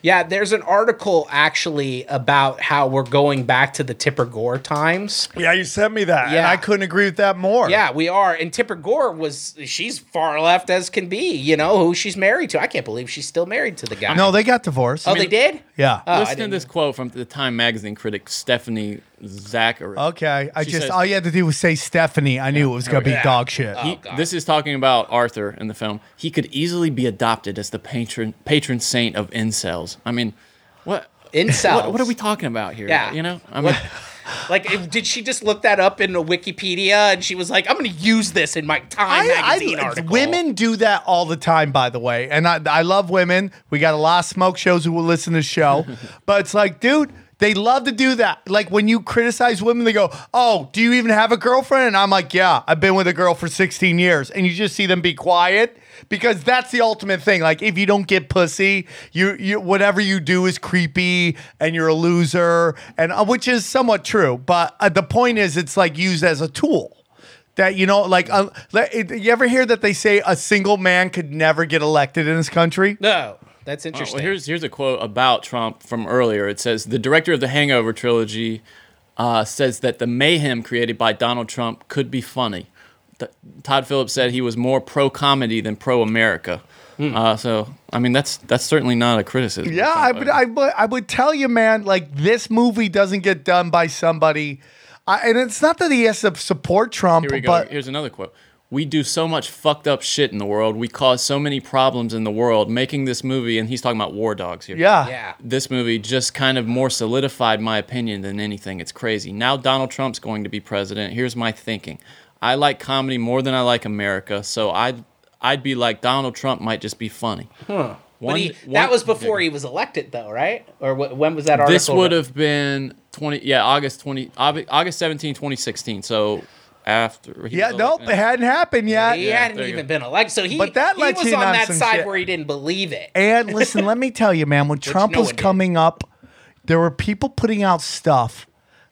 yeah, there's an article actually about how we're going back to the Tipper Gore times.
Yeah, you sent me that, and
Yeah.
I couldn't agree with that more.
Yeah, we are. And Tipper Gore was she's far left as can be, you know, who she's married to. I can't believe she's still married to the guy.
No, they got divorced.
oh, they did?
Yeah.
I
Listen to
didn't
this quote from the Time magazine critic Stephanie Zachary.
Okay, I
She
just
says-
all you had to do was say Stephanie. I knew it was gonna be
Oh, Yeah.
dog shit.
He- this is talking about Arthur in the film. He could easily be adopted as the patron patron saint of incels. I mean, what
Incels.
What, what are we talking about here?
Yeah.
you know, I mean,
Like, if- did she just look that up in a Wikipedia and she was like, "I'm going to use this in my Time magazine article"?
Women do that all the time, by the way. And I, I love women. We got a lot of smoke shows who will listen to the show. but it's like, dude, they love to do that. Like when you criticize women, they go, Oh, do you even have a girlfriend? And I'm like, Yeah, I've been with a girl for 16 years. And you just see them be quiet because that's the ultimate thing. Like if you don't get pussy, you, you whatever you do is creepy and you're a loser, and uh, which is somewhat true. But uh, the point is, it's like used as a tool that you know like uh, le- it- you ever hear that they say a single man could never get elected in this country
No, Oh, that's
Well,
interesting.
here's here's a quote about Trump from earlier. It says the director of the Hangover trilogy uh, says that the mayhem created by Donald Trump could be funny. Th- Todd Phillips said he was more pro comedy than pro America. Uh, so I mean, that's that's certainly not a criticism.
Hmm. yeah I would, I would i would tell you man like this movie doesn't get done by somebody I, and it's not that he has to support trump
Here we go.
but
Here's another quote. We do so much fucked up shit in the world. We cause so many problems in the world. Making this movie, and he's talking about war dogs here.
yeah
yeah.
This movie just kind of more solidified my opinion than anything. It's crazy. Now Donald Trump's going to be president. Here's my thinking. I like comedy more than I like America, so I'd I'd be like Donald Trump might just be funny. Huh.
But he, that was before he was elected, though, right? Or wh- when was that article?
This would
written?
have been 20 yeah, August 20 Aug- August 17, 2016. So after he
yeah
was
nope
elected.
it hadn't happened yet
He
Yeah,
hadn't
there you
even
go.
been elected, so he.
But that
he
lets
was
you
on
know
that
some
side
shit.
where he didn't believe it.
And listen, let me tell you, man, when Trump
no
was
one did.
coming up, there were people putting out stuff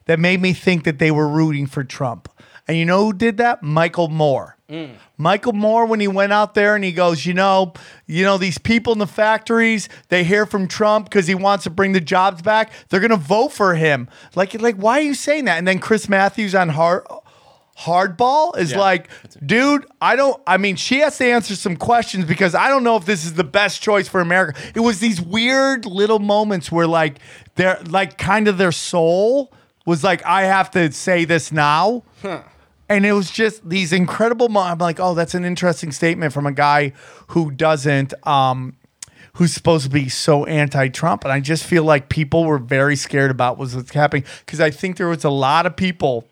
that made me think that they were rooting for Trump. And you know who did that? Michael Moore.
Mm.
Michael Moore, when he went out there and he goes, you know, you know, these people in the factories, they hear from Trump because he wants to bring the jobs back. They're gonna vote for him. Like, like, why are you saying that? And then Chris Matthews on Hard Hardball is
Yeah.
like, dude, I don't. I mean, she has to answer some questions because I don't know if this is the best choice for America. It was these weird little moments where, like, their like kind of their soul was like, I have to say this now, and it was just these incredible. Mo- I'm like, oh, that's an interesting statement from a guy who doesn't. um Who's supposed to be so anti-Trump, and I just feel like people were very scared about was what's happening because I think there was a lot of people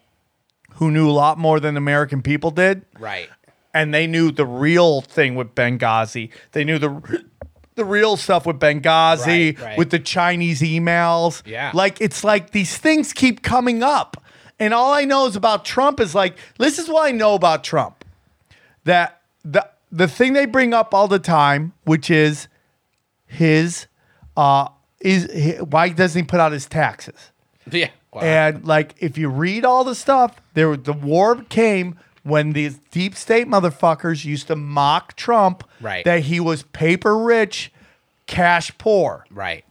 who knew a lot more than American people did,
Right.
and they knew the real thing with Benghazi. They knew the the real stuff with Benghazi,
Right, right.
with the Chinese emails.
Yeah.
like it's like these things keep coming up, and all I know is about Trump is like this is what I know about Trump that the the thing they bring up all the time, which is his uh is hi- why doesn't he put out his taxes?
Yeah. Wow.
And like, if you read all the stuff, there was- the war came when these deep state motherfuckers used to mock Trump
Right.
that he was paper rich, cash poor.
right.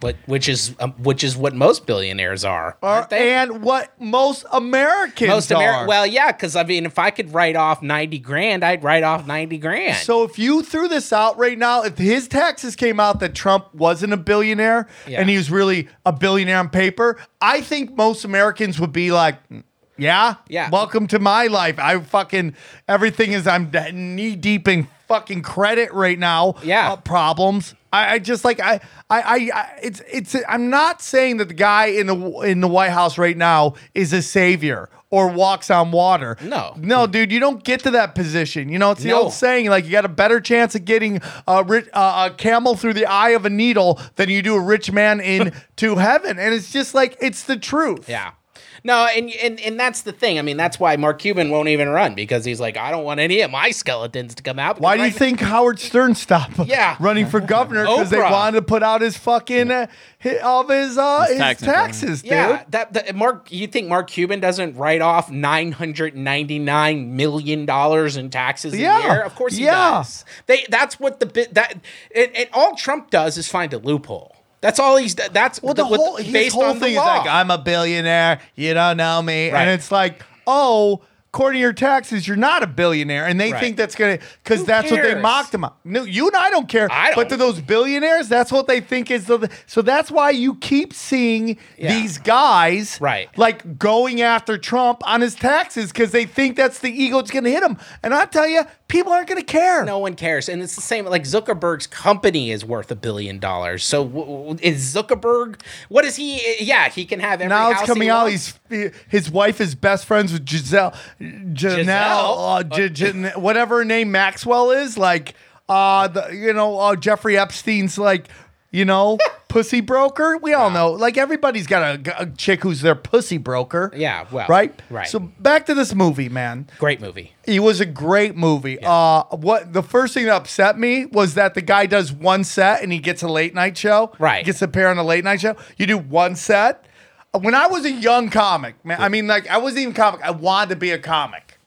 But which is um, which is what most billionaires are. Aren't they?
And what most Americans
most
are.
Ameri- Well, yeah, because I mean, if I could write off ninety grand, I'd write off ninety grand.
So if you threw this out right now, if his taxes came out that Trump wasn't a billionaire
Yeah.
and he was really a billionaire on paper, I think most Americans would be like, "Yeah,
Yeah.
welcome to my life. I fucking everything is I'm knee deep in fucking credit right now.
Yeah.
uh, problems. I, I just like I, I I I it's it's I'm not saying that the guy in the in the White House right now is a savior." Or walks on water.
No.
no, dude, you don't get to that position. You know, it's the
No.
old saying, like you got a better chance of getting a, ri- uh, a camel through the eye of a needle than you do a rich man into heaven. And it's just like it's the truth.
Yeah. No, and, and and that's the thing. I mean, that's why Mark Cuban won't even run because he's like, I don't want any of my skeletons to come out.
Why
because
do you
right
think Howard Stern stopped
Yeah.
running for governor because they
Oprah.
wanted to put out his fucking uh, hi- of his uh, his,
tax return.
taxes, dude.
Yeah, that, that Mark. You think Mark Cuban doesn't write off nine hundred ninety nine million dollars in taxes
Yeah,
a year? Of course he
yeah.
does. They that's what the bit that and, and all Trump does is find a loophole. That's all he's that's
Well, the
what-
whole his
based
whole
on the
thing is
law.
like I'm a billionaire. You don't know me,
Right.
and it's like, oh, according to your taxes, you're not a billionaire, and they
Right.
think that's gonna because
Who
that's what they
cares?
mocked him on. No, you and I don't care.
I don't.
But to those billionaires, that's what they think is the. So that's why you keep seeing
Yeah.
these guys
Right.
like going after Trump on his taxes because they think that's the ego that's gonna hit him. And I tell you, people aren't gonna care.
No one cares, and it's the same. Like Zuckerberg's company is worth a billion dollars. So w- w- is Zuckerberg? What is he? Yeah, he can have every
now
house
it's
he
coming out.
wants.
He's his wife is best friends with Giselle, Janelle, uh, G- G- whatever her name Maxwell is. Like, uh, the, you know, uh, Jeffrey Epstein's like, you know, pussy broker. We all know. Like everybody's got a g- a, chick who's their pussy broker.
Yeah, well,
right,
right.
So back to this movie, man.
great movie.
It was a great movie. Uh, what the first thing that upset me was that the guy does one set and he gets a late night show.
Right.
gets a pair on a late night show. You do one set. Uh, When I was a young comic, man, I mean, like I wasn't even comic. I wanted to be a comic.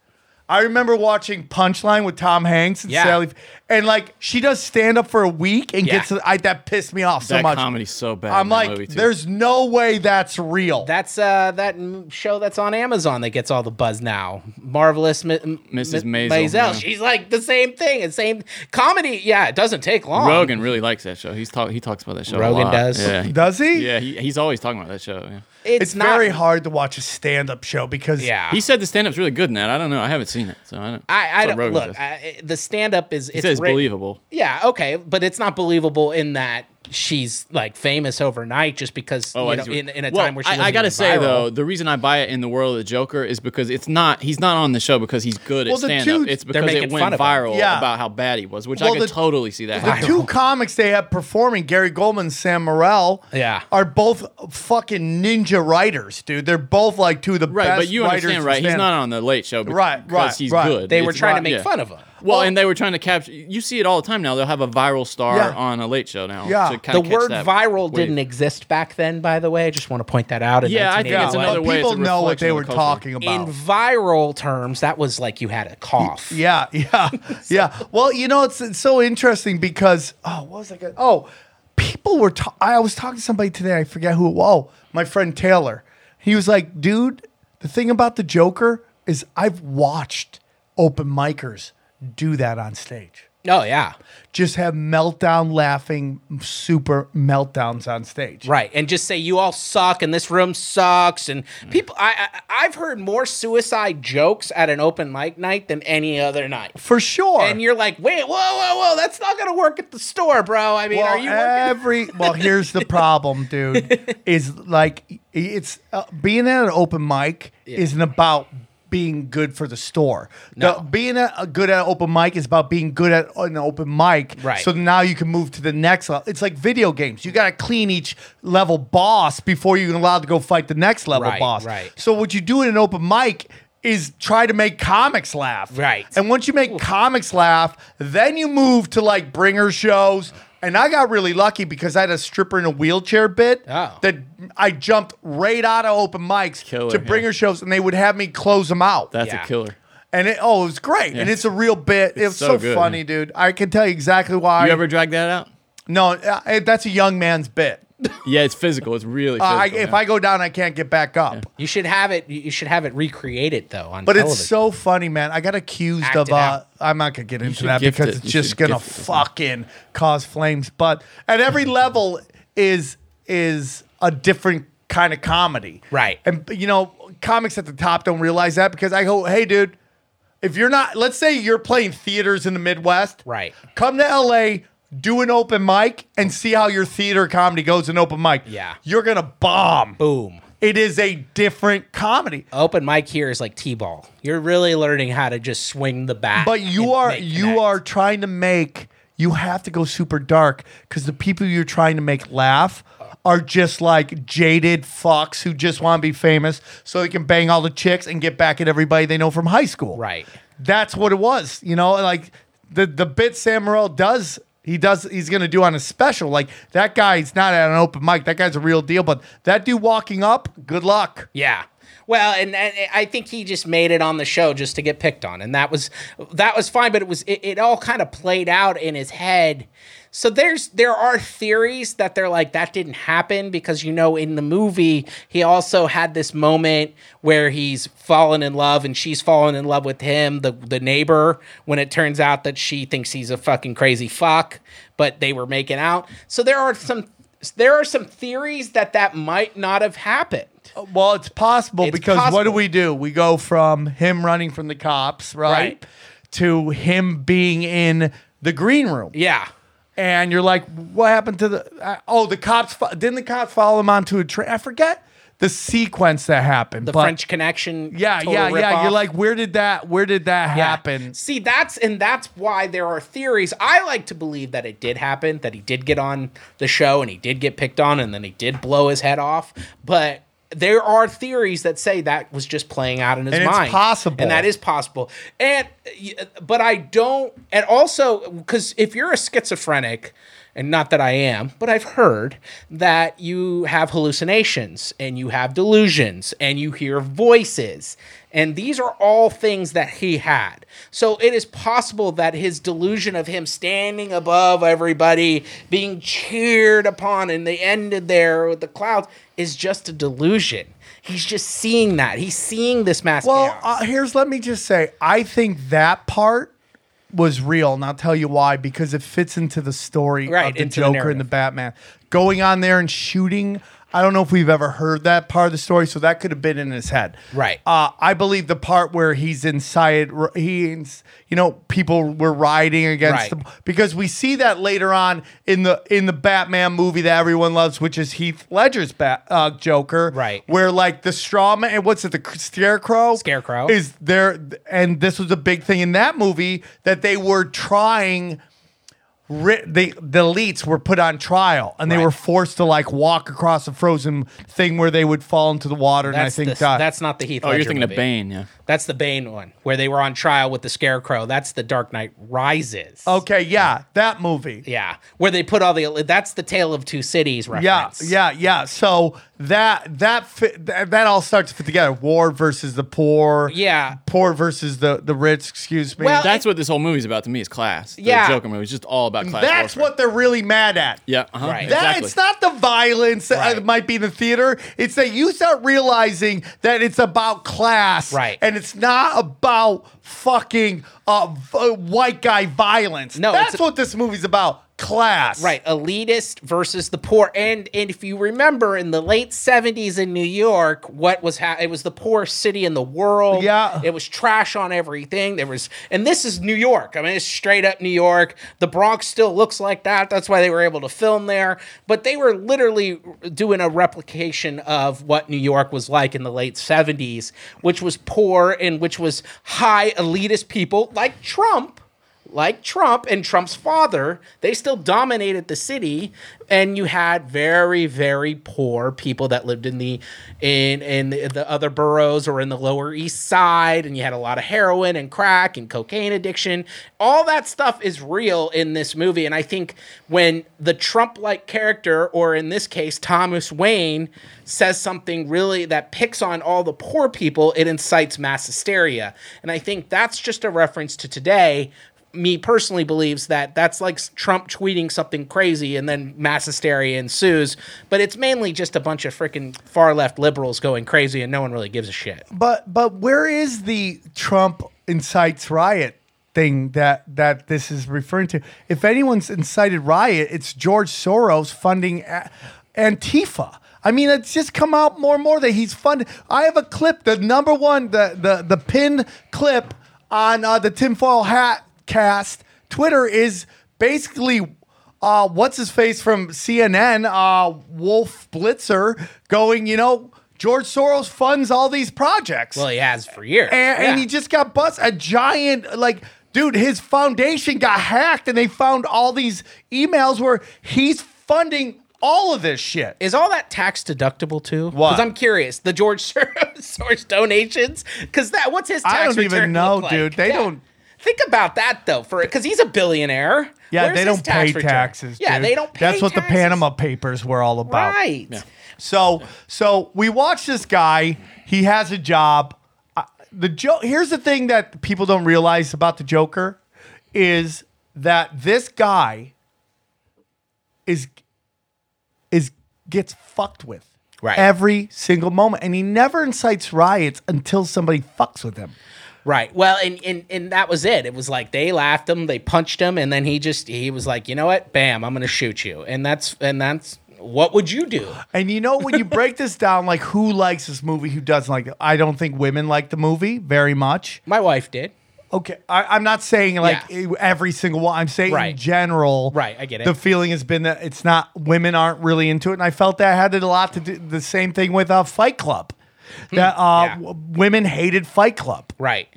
I remember watching Punchline with Tom Hanks and
Yeah.
Sally, and like she does stand up for a week and
Yeah.
gets I, that pissed me off so
That
much.
comedy's so bad.
I'm
in that
like,
movie, too.
there's no way that's real.
That's uh that m- show that's on Amazon that gets all the buzz now. Marvelous M- M-
Mrs.
M-
Maisel, yeah.
She's like the same thing. and same comedy. Yeah, it doesn't take long.
Rogan really likes that show. He's talk he talks about that show. a
Rogan
lot.
does?
Yeah, he-
does he?
yeah. He, he's always talking about that show. Yeah.
It's,
It's,
not,
very hard to watch a stand-up show because
Yeah.
He said the stand up's really good in that. I don't know. I haven't seen it, so I don't.
I, I
that's what
don't
Rogan
look.
says.
I, the stand up is
he
it's
says it's
writ-
believable.
Yeah, okay, but it's not believable in that she's like famous overnight just because
Oh,
you
I
know,
see what-
in, in a
Well,
time where she
I, I
wasn't
gotta
even
say
viral.
though, the reason I buy it in the world of the Joker is because it's not he's not on the show because he's good
Well,
at
the
stand
two-
up. It's
They're
because
making
it
fun
went
of him.
viral
Yeah.
about how bad he was, which
Well,
I could
the-
totally see that.
The
happening.
two comics they have performing, Gary Goldman, and Sam Morrell,
Yeah.
are both fucking ninja writers, dude. They're both like two of the
Right,
best
but you
writers.
understand,
in
right? He's
stand-up.
not on the late show, because
Right, right,
he's
right.
good.
they were
It's
trying
not-
to make
yeah.
fun of him.
Well, and they were trying to capture. You see it all the time now. They'll have a viral star
Yeah.
on a late show now.
Yeah.
to kinda
The
catch
word
that
viral
wave.
didn't exist back then, by the way. I just want to point that out. In
Yeah, I think
Yeah,
it's another
but
way, it's
people
a
know what
reflection
they
of
were
the culture.
talking about.
In viral terms, that was like you had a cough.
Yeah, yeah, yeah. Well, you know, it's, it's so interesting because oh, what was I going? Oh, people were. Ta- I was talking to somebody today. I forget who. Oh, my friend Taylor. He was like, "Dude, the thing about the Joker is I've watched open micers do that on stage."
Oh yeah,
just have meltdown laughing super meltdowns on stage.
right. And just say you all suck, and this room sucks, and
Mm.
people. I, I I've heard more suicide jokes at an open mic night than any other night.
For sure.
And you're like, wait, whoa, whoa, whoa, that's not gonna work at the store, bro. I mean,
well,
are you working?
every well, here's the problem, dude. Is like it's uh, being at an open mic isn't about being good for the store. The-
No.
being a, a good at an open mic is about being good at an open mic.
Right.
So now you can move to the next level. It's like video games. You got to clean each level boss before you're allowed to go fight the next level
Right,
boss.
right.
So what you do in an open mic is try to make comics laugh.
Right.
And once you make comics laugh, then you move to like bringer shows. And I got really lucky because I had a stripper in a wheelchair bit
Oh.
that I jumped right out of open mics
Killer,
to
yeah.
bringer shows, and they would have me close them out.
That's
Yeah.
a killer.
and it, oh, it was great. And it's a real bit. It's,
so
so,
good,
funny,
yeah.
dude. I can tell you exactly why.
You ever drag that out?
no, uh, that's a young man's bit.
Yeah, it's physical. It's really
Uh,
physical.
I, if
yeah.
I go down, I can't get back up.
You should have it. You should have it recreated though on
But
television.
it's so funny, man. I got accused
Act
of.
it
Uh,
out.
I'm not gonna get into
should
that
gift
because
it.
it's
You
just
should
gonna
gift it to someone.
fucking cause flames. But at every level is is a different kind of comedy,
Right.
And you know, comics at the top don't realize that because I go, hey, dude, if you're not, let's say you're playing theaters in the Midwest,
Right.
Come to L.A. Do an open mic and see how your theater comedy goes in open mic.
Yeah.
You're going to bomb.
boom.
It is a different comedy.
Open mic here is like t-ball. You're really learning how to just swing the bat.
But you
and
are
make
you
connects.
are trying to make you have to go super dark because the people you're trying to make laugh are just like jaded fucks who just want to be famous so they can bang all the chicks and get back at everybody they know from high school.
Right.
That's what it was. You know, like the the bit Sam Morril does. He does. He's gonna do on a special. Like that guy's not at an open mic. That guy's a real deal. But that dude walking up. Good luck.
Yeah. Well, and, and I think he just made it on the show just to get picked on, and that was that was fine. But it was it, it all kind of played out in his head. So there's there are theories that they're like that didn't happen because you know in the movie he also had this moment where he's fallen in love and she's fallen in love with him the the neighbor when it turns out that she thinks he's a fucking crazy fuck but they were making out. So there are some there are some theories that that might not have happened.
Well, it's possible
It's
because what do
possible.
we do? We go from him running from the cops, right,
Right.
to him being in the green room.
Yeah.
And you're like, what happened to the? Uh, oh, the cops fo- didn't the cops follow him onto a train? I forget the sequence that happened.
The
but-
French Connection.
Yeah,
total
yeah, yeah. You're
ripoff.
like, where did that? Where did that
Yeah.
happen?
See, that's and that's why there are theories. I like to believe that it did happen, that he did get on the show and he did get picked on and then he did blow his head off. But there are theories that say that was just playing out in his
And it's
mind.
possible.
And that is possible. And uh, but I don't and also cuz if you're a schizophrenic and not that I am, but I've heard that you have hallucinations and you have delusions and you hear voices. And these are all things that he had. So it is possible that his delusion of him standing above everybody, being cheered upon, and they ended there with the clouds is just a delusion. He's just seeing that. He's seeing this mass
Well,
chaos.
uh, here's let me just say, I think that part was real, and I'll tell you why because it fits into the story
Right,
of the
into
Joker
the
and the
narrative.
Batman going on there and shooting. I don't know if we've ever heard that part of the story, so that could have been in his head.
Right.
Uh, I believe the part where he's inside, he, ins- you know, people were riding against
Right.
the because we see that later on in the in the Batman movie that everyone loves, which is Heath Ledger's Bat uh, Joker.
Right.
Where like the straw man, what's it, the cr- scarecrow?
Scarecrow.
is there and this was a big thing in that movie that they were trying ri- they, the elites were put on trial and they
Right.
were forced to like walk across a frozen thing where they would fall into the water and I
that's,
think
the-
die.
that's not the Heath
Oh, you're
Ledger
thinking
movie.
of Bane, yeah.
That's the Bane one where they were on trial with the Scarecrow. That's the Dark Knight Rises.
okay yeah that movie
Yeah, where they put all the that's the Tale of Two Cities
yeah
reference.
yeah yeah so that that fit, that, that all starts to fit together war versus the poor
Yeah.
poor versus the the rich excuse me
Well,
That's what this whole movie's about to me is class. The
Yeah.
Joker movie is just all about class.
that's
warfare.
what they're really mad at
Yeah, uh-huh,
Right.
That
exactly.
it's not the violence that
Right.
uh, might be in the theater. It's that you start realizing that it's about class,
Right.
And it's not about fucking uh, v- uh, white guy violence.
No,
that's
it's a-
what this movie's about. Class,
Right, elitist versus the poor, and and if you remember in the late seventies in New York, what was ha- it was the poorest city in the world.
Yeah.
it was trash on everything. There was, and this is New York. I mean, it's straight up New York. The Bronx still looks like that. That's why they were able to film there. But they were literally doing a replication of what New York was like in the late seventies, which was poor and which was high elitist people like Trump like Trump and Trump's father, they still dominated the city, and you had very, very poor people that lived in the in in the, the other boroughs or in the Lower East Side, and you had a lot of heroin and crack and cocaine addiction. All that stuff is real in this movie, and I think when the Trump-like character, or in this case Thomas Wayne, says something really that picks on all the poor people, it incites mass hysteria, and I think that's just a reference to today me personally believes that that's like Trump tweeting something crazy and then mass hysteria ensues. But it's mainly just a bunch of freaking far left liberals going crazy and no one really gives a shit.
But but where is the Trump incites riot thing that that this is referring to? If anyone's incited riot, it's George Soros funding A- Antifa. I mean, it's just come out more and more that he's funded. I have a clip, the number one, the the the pinned clip on uh, the tinfoil hat cast Twitter is basically uh, what's his face from CNN, uh, Wolf Blitzer, going, you know, George Soros funds all these projects.
Well, he has for years.
and, and he just got bust a giant, like, dude, his foundation got hacked and they found all these emails where he's funding all of this shit.
Is all that tax deductible too?
What?
Because I'm curious. The George Soros donations? Because that what's his tax
I don't even
return
know,
look like?
dude. They
Yeah.
don't.
Think about that though, for because he's a billionaire.
Yeah,
Where's
they
his
don't pay
tax return?
taxes.
Yeah,
dude.
they don't. pay
That's what the
taxes.
Panama Papers were all about.
Right.
So so we watch this guy. He has a job. Uh, The jo- here's the thing that people don't realize about the Joker is that this guy is is gets fucked with
Right.
every single moment, and he never incites riots until somebody fucks with him.
Right. Well, and, and and that was it. It was like they laughed him, they punched him, and then he just he was like, you know what? Bam! I'm gonna shoot you. And that's and that's what would you do?
And you know, when you break this down, like who likes this movie, who doesn't like it, I don't think women like the movie very much.
My wife did.
Okay, I, I'm not saying like e,
Yeah.
every single one. I'm saying in
Right.
general.
Right, I get it.
The feeling has been that it's not women aren't really into it, and I felt that I had it a lot to do the same thing with uh, Fight Club. That uh,
Hmm. yeah.
w- women hated Fight Club.
Right.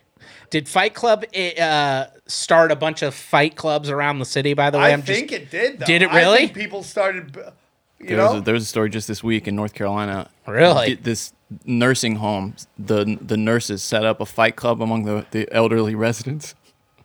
Did Fight Club eh, uh, start a bunch of fight clubs around the city? By the way, I'm just-
it did. Though.
Did it I really? think
people started. You
There was, a, there was a story just this week in North Carolina.
Really?
Th- This nursing home, the the nurses set up a fight club among the, the elderly residents.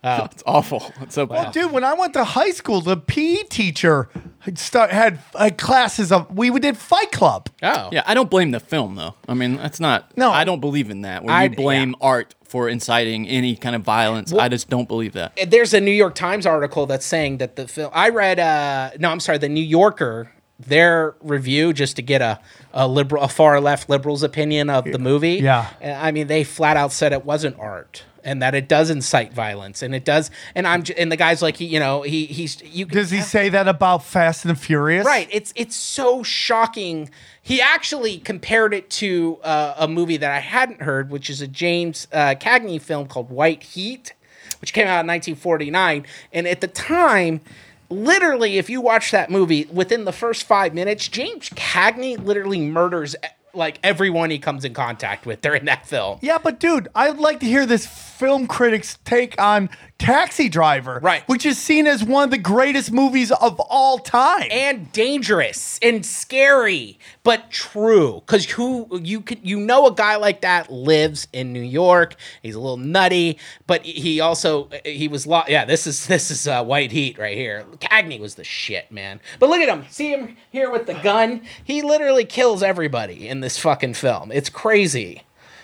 Oh.
it's awful. It's so bad.
Dude, when I went to high school, the PE teacher had, start, had uh, classes of we did Fight Club.
Oh,
Yeah, I don't blame the film though. I mean, that's not.
No.
No, I don't believe in that. Where
I-
you blame art for inciting any kind of violence, I just don't believe that.
there's a New York Times article that's saying that the film I read uh no I'm sorry the New Yorker their review just to get a a liberal a far left liberal's opinion of the movie
Yeah.
Uh, I mean they flat out said it wasn't art and that it does incite violence and it does and I'm j- and the guy's like he you know he he's you can
Does he say that about Fast and Furious?
Right. It's it's so shocking. He actually compared it to uh, a movie that I hadn't heard, which is a James uh, Cagney film called White Heat, which came out in 1949. And at the time, literally, if you watch that movie, within the first five minutes, James Cagney literally murders eh, like everyone he comes in contact with during that film.
Yeah, but dude, I'd like to hear this film critic's take on Taxi Driver,
Right.
Which is seen as one of the greatest movies of all time.
and dangerous and scary, but true. Because who you could you know a guy like that lives in New York. He's a little nutty, but he also he was lo- yeah. This is this is uh, white heat right here. Cagney was the shit, man. But look at him. See him here with the gun. He literally kills everybody in this fucking film. It's crazy.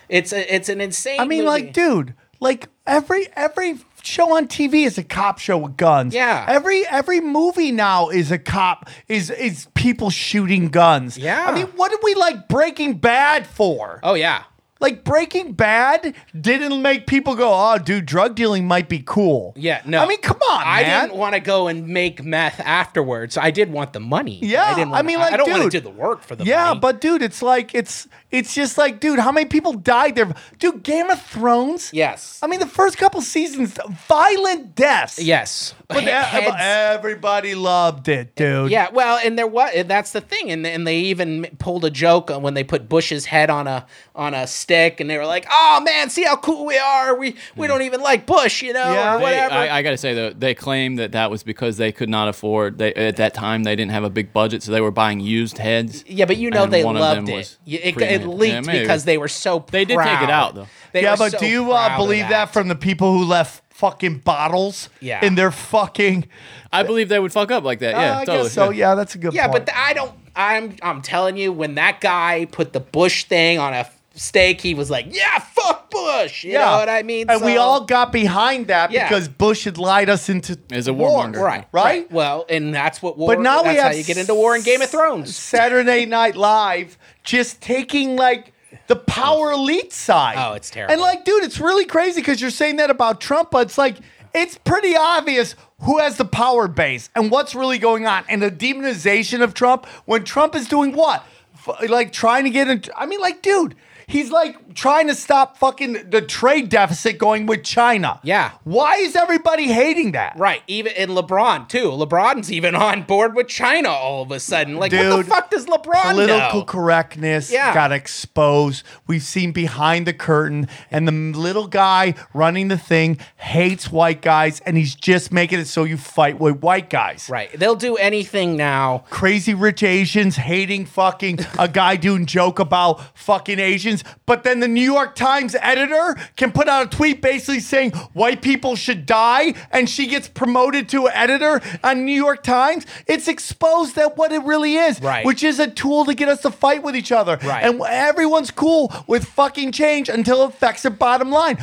It's a, it's an insane.
I mean, like, dude, like every every show on TV is a cop show with guns.
Yeah.
Every every movie now is a cop is is people shooting guns.
Yeah.
I mean, what did we like Breaking Bad for?
oh yeah,
Like Breaking Bad didn't make people go, "Oh, dude, drug dealing might be cool."
Yeah, no.
I mean, come on,
I
man.
didn't want to go and make meth afterwards. I did want the money.
Yeah,
I, didn't
I
wanna-
mean, like,
I don't
dude.
to do the work for the
yeah,
money.
but dude, it's like it's it's just like, dude, how many people died there? Dude, Game of Thrones.
yes,
I mean, the first couple seasons, violent deaths.
yes,
But
He-
e-
heads-
everybody loved it, dude.
yeah. Well, and there was and that's the thing, and and they even m- pulled a joke on when they put Bush's head on a on a stick, and they were like, "Oh man, see how cool we are. We we don't even like Bush, you know,
Hmm. Yeah.
or
They-
They-
whatever."
I, I gotta say though, they claim that that was because they could not afford. They at that time they didn't have a big budget, so they were buying used heads.
yeah, but you know
and
they
one of them
loved it.
was
You- It, it
pre-made.
leaked
Yeah, maybe.
because they were so proud.
They did take it out though.
They
Yeah,
were
but
so
do you
proud
uh,
of
believe that. from the people who left fucking bottles
Yeah.
in their fucking?
I believe they would fuck up like that.
Uh,
Oh,
Yeah,
I
totally.
guess so. Yeah, that's a good.
Yeah,
point.
but th- I don't. I'm I'm telling you, when that guy put the Bush thing on a f- stake, he was like, "Yeah, fuck Bush." You know what I mean?
And we
So-
all got behind that
Yeah.
because Bush had lied us into
As a
war.
warmonger.
right,
right?
Well, and that's what war.
But now
that's
we have
how you get into war in Game of Thrones.
Saturday Night Live just taking like the power elite side.
Oh, it's terrible.
And like, dude, it's really crazy because you're saying that about Trump, but it's like it's pretty obvious who has the power base and what's really going on, and the demonization of Trump when Trump is doing what, F- like trying to get. Into, I mean, like, dude. He's like trying to stop fucking the trade deficit going with China.
Yeah.
Why is everybody hating that?
Right, even in LeBron too. LeBron's even on board with China all of a sudden. Like, what the
Dude,
fuck does LeBron
political
know?
correctness
Yeah.
got exposed. We've seen behind the curtain, and the little guy running the thing hates white guys, and he's just making it so you fight with white guys.
right, they'll do anything now.
Crazy rich Asians hating fucking a guy doing joke about fucking Asians. Republicans, but then the New York Times editor can put out a tweet basically saying white people should die, and she gets promoted to editor on New York Times. It's exposed that what it really is,
Right.
which is a tool to get us to fight with each other.
Right.
And everyone's cool with fucking change until it affects their bottom line.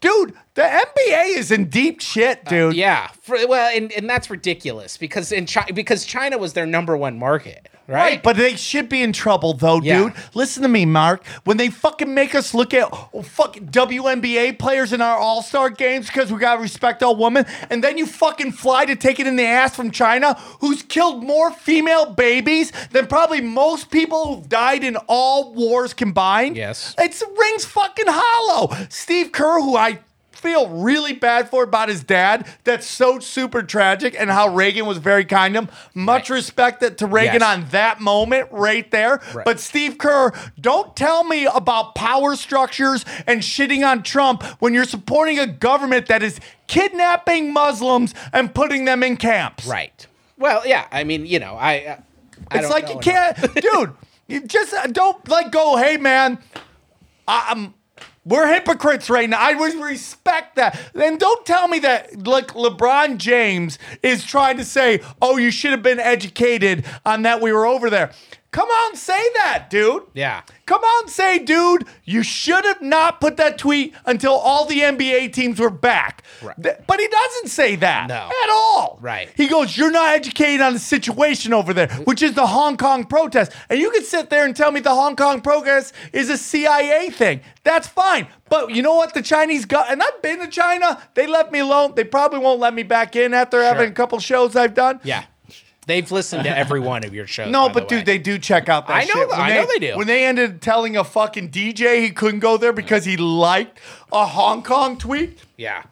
Dude, the NBA is in deep shit, dude.
Yeah. For, well, and, and that's ridiculous because in China, because China was their number one market, right?
Right, but they should be in trouble though,
Yeah.
dude. Listen to me, Mark. When they fucking make us look at oh, fuck WNBA players in our All Star games because we gotta respect all women, and then you fucking fly to take it in the ass from China, who's killed more female babies than probably most people who've died in all wars combined.
Yes.
it's rings fucking hollow. Steve Kerr, who I. Feel really bad for about his dad. That's so super tragic, and how Reagan was very kind to him. Much respect that to Reagan
Yes.
on that moment right there. But Steve Kerr, don't tell me about power structures and shitting on Trump when you're supporting a government that is kidnapping Muslims and putting them in camps.
Right. Well, yeah. I mean, you know, I. I I
It's
don't
like
know
you
enough.
can't, dude. You just uh, don't like go. Hey, man, I'm. We're hypocrites right now. I would respect that. Then don't tell me that like LeBron James is trying to say, "Oh, you should have been educated on that. We were over there." Come on, say that, dude.
Yeah.
Come on, say, dude, you should have not put that tweet until all the NBA teams were back. Th- But he doesn't say that
No.
at all.
Right.
He goes, You're not educated on the situation over there, which is the Hong Kong protest. And you can sit there and tell me the Hong Kong protest is a CIA thing. That's fine. But you know what? The Chinese got, and I've been to China. They left me alone. They probably won't let me back in after having a couple shows I've done.
Yeah. They've listened to every one of your shows.
No,
by
but
the way.
dude, they do check out that
I know
shit.
th- I know they do.
When they ended telling a fucking DJ he couldn't go there because he liked a Hong Kong tweet.
Yeah.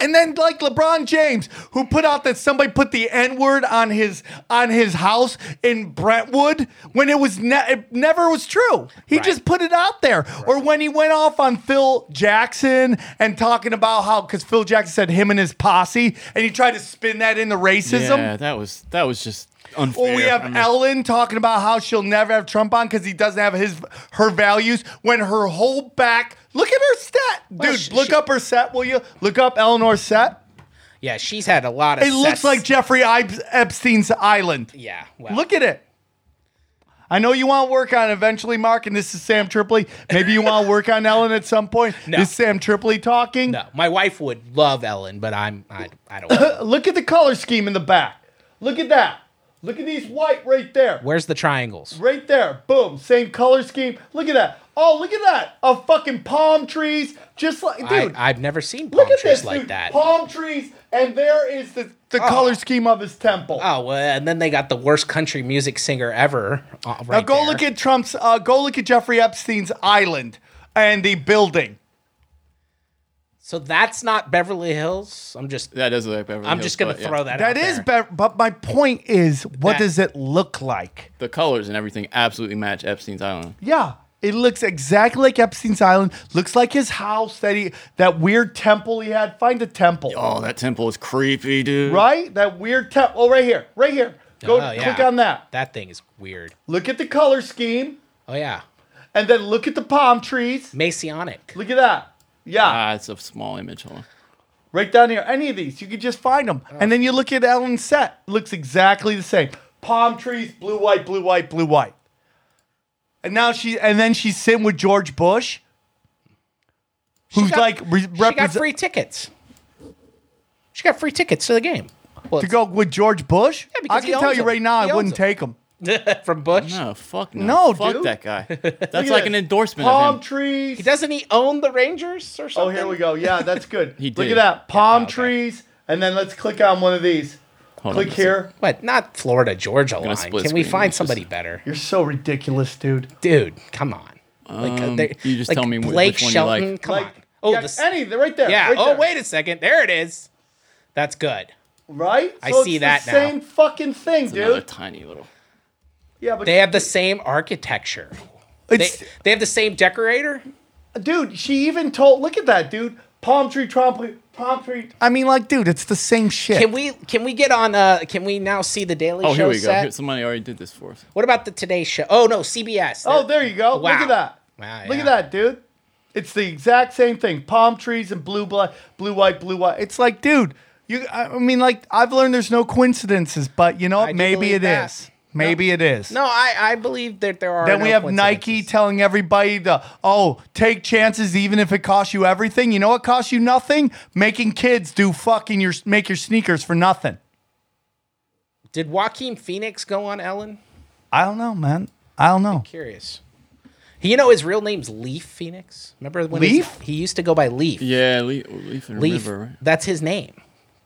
And then like LeBron James, who put out that somebody put the N word on his on his house in Brentwood when it was ne- it never was true. He just put it out there. Or when he went off on Phil Jackson and talking about how because Phil Jackson said him and his posse, and he tried to spin that into racism.
Yeah, that was that was just unfair.
Well, we have
I mean,
Ellen talking about how she'll never have Trump on because he doesn't have his her values. When her whole back, look at her set, dude.
sh-
look
she-
up her set, will you? Look up Eleanor's set.
Yeah. She's had a lot of.
It looks
sets-
like Jeffrey Ib- Epstein's island.
Yeah. Well,
Look at it. I know you want to work on it eventually, Mark, and this is Sam Tripoli. Maybe you want to work on Ellen at some point.
No.
This is Sam Tripoli talking.
No, my wife would love Ellen, but I'm. I, I don't.
Look at the color scheme in the back. Look at that. Look at these white right there.
Where's the triangles?
Right there. Boom. Same color scheme. Look at that. Oh, look at that. A fucking palm trees. Just like dude.
I, I've never seen palm
look at
trees
this
like
dude.
that. Ah.
Palm trees. And there is the, the color scheme of his temple.
Oh, well, and then they got the worst country music singer ever. uh, right
now go
there.
look at Trump's uh, go look at Jeffrey Epstein's island and the building.
So that's not Beverly Hills. I'm just.
that does look like Beverly
I'm
Hills,
just gonna
but, yeah.
throw that.
That
out
is
there.
better, but my point is what
That-
does it look like?
the colors and everything absolutely match Epstein's island.
Yeah. It looks exactly like Epstein's island. Looks like his house that he that weird temple he had. Find the temple.
Oh, that temple is creepy, dude.
right? That weird tap. Oh, right here, right here. Go
Oh, yeah.
click on that.
That thing is weird.
Look at the color scheme,
Oh yeah,
and then look at the palm trees.
Masonic.
Look at that. Yeah,
Ah, it's a small image. Hold on.
right down here. Any of these, you could just find them. And then you look at Ellen's set. Looks exactly the same. Palm trees, blue, white, blue, white, blue, white. And now she, and then she's sitting with George Bush, who's
got-
like re-
She got
represent-
free tickets. She got free tickets to the game. Well,
to go with George Bush.
Yeah, because
I
he
can tell
owns
you
them.
right now, I
He owns
wouldn't
them.
take him.
from Bush.
No, Oh, fuck no.
No,
fuck
dude.
that guy.
Look
That's
at
like an
this.
endorsement
Palm
of him.
trees.
Doesn't he own the Rangers or
Oh,
something?
here we go. Yeah, that's good.
He
Look at
did.
that. Palm
okay.
trees. And then let's click on one of these.
Hold on
click
a second.
here.
What? Not Florida Georgia line. Can
split
we
screen.
find
It's
somebody
just-
better?
You're so ridiculous, dude.
Dude, come on. Like, uh,
Um,
they-
you just
like
tell me wh- which
Blake
one you
Shelton.
like.
Come
Like,
on. Oh,
yeah,
the s-
any, they're right there.
yeah.
right
oh,
there.
wait a second. There it is. That's good.
Right?
I
So
see
it's
that
the
now.
Same fucking thing,
Another
dude.
tiny little.
Yeah, but
They have the same architecture. They,
it's, uh,
they have the same decorator.
dude. She even told. Look at that, dude. Palm tree, trompe, palm tree. I mean, like, dude, it's the same shit.
Can we can we get on? Uh, can we now see the Daily Show
Oh, here we go.
set?
Here, somebody already did this for us.
What about the Today Show? Oh no, CBS.
oh, there you go.
Wow.
Look at that.
Wow,
Look
yeah.
at that, dude. It's the exact same thing. Palm trees and blue, black, blue, white, blue, white. It's like, dude, you. I I mean, like, I've learned there's no coincidences, but you know,
I
what?
do
maybe
believe
it is.
that.
Maybe it is.
No, I, I believe that there are.
Then
no
we have Nike
coincidences.
telling everybody to, oh, take chances even if it costs you everything. You know what costs you nothing? Making kids do fucking your make your sneakers for nothing.
Did Joaquin Phoenix go on Ellen?
I don't know, man. I don't know.
Curious. He- You know his real name's Leaf Phoenix. Remember when his-
Leaf?
he used to go by Leaf?
Yeah, leaf, leaf and
Leaf.
river, right?
That's his name.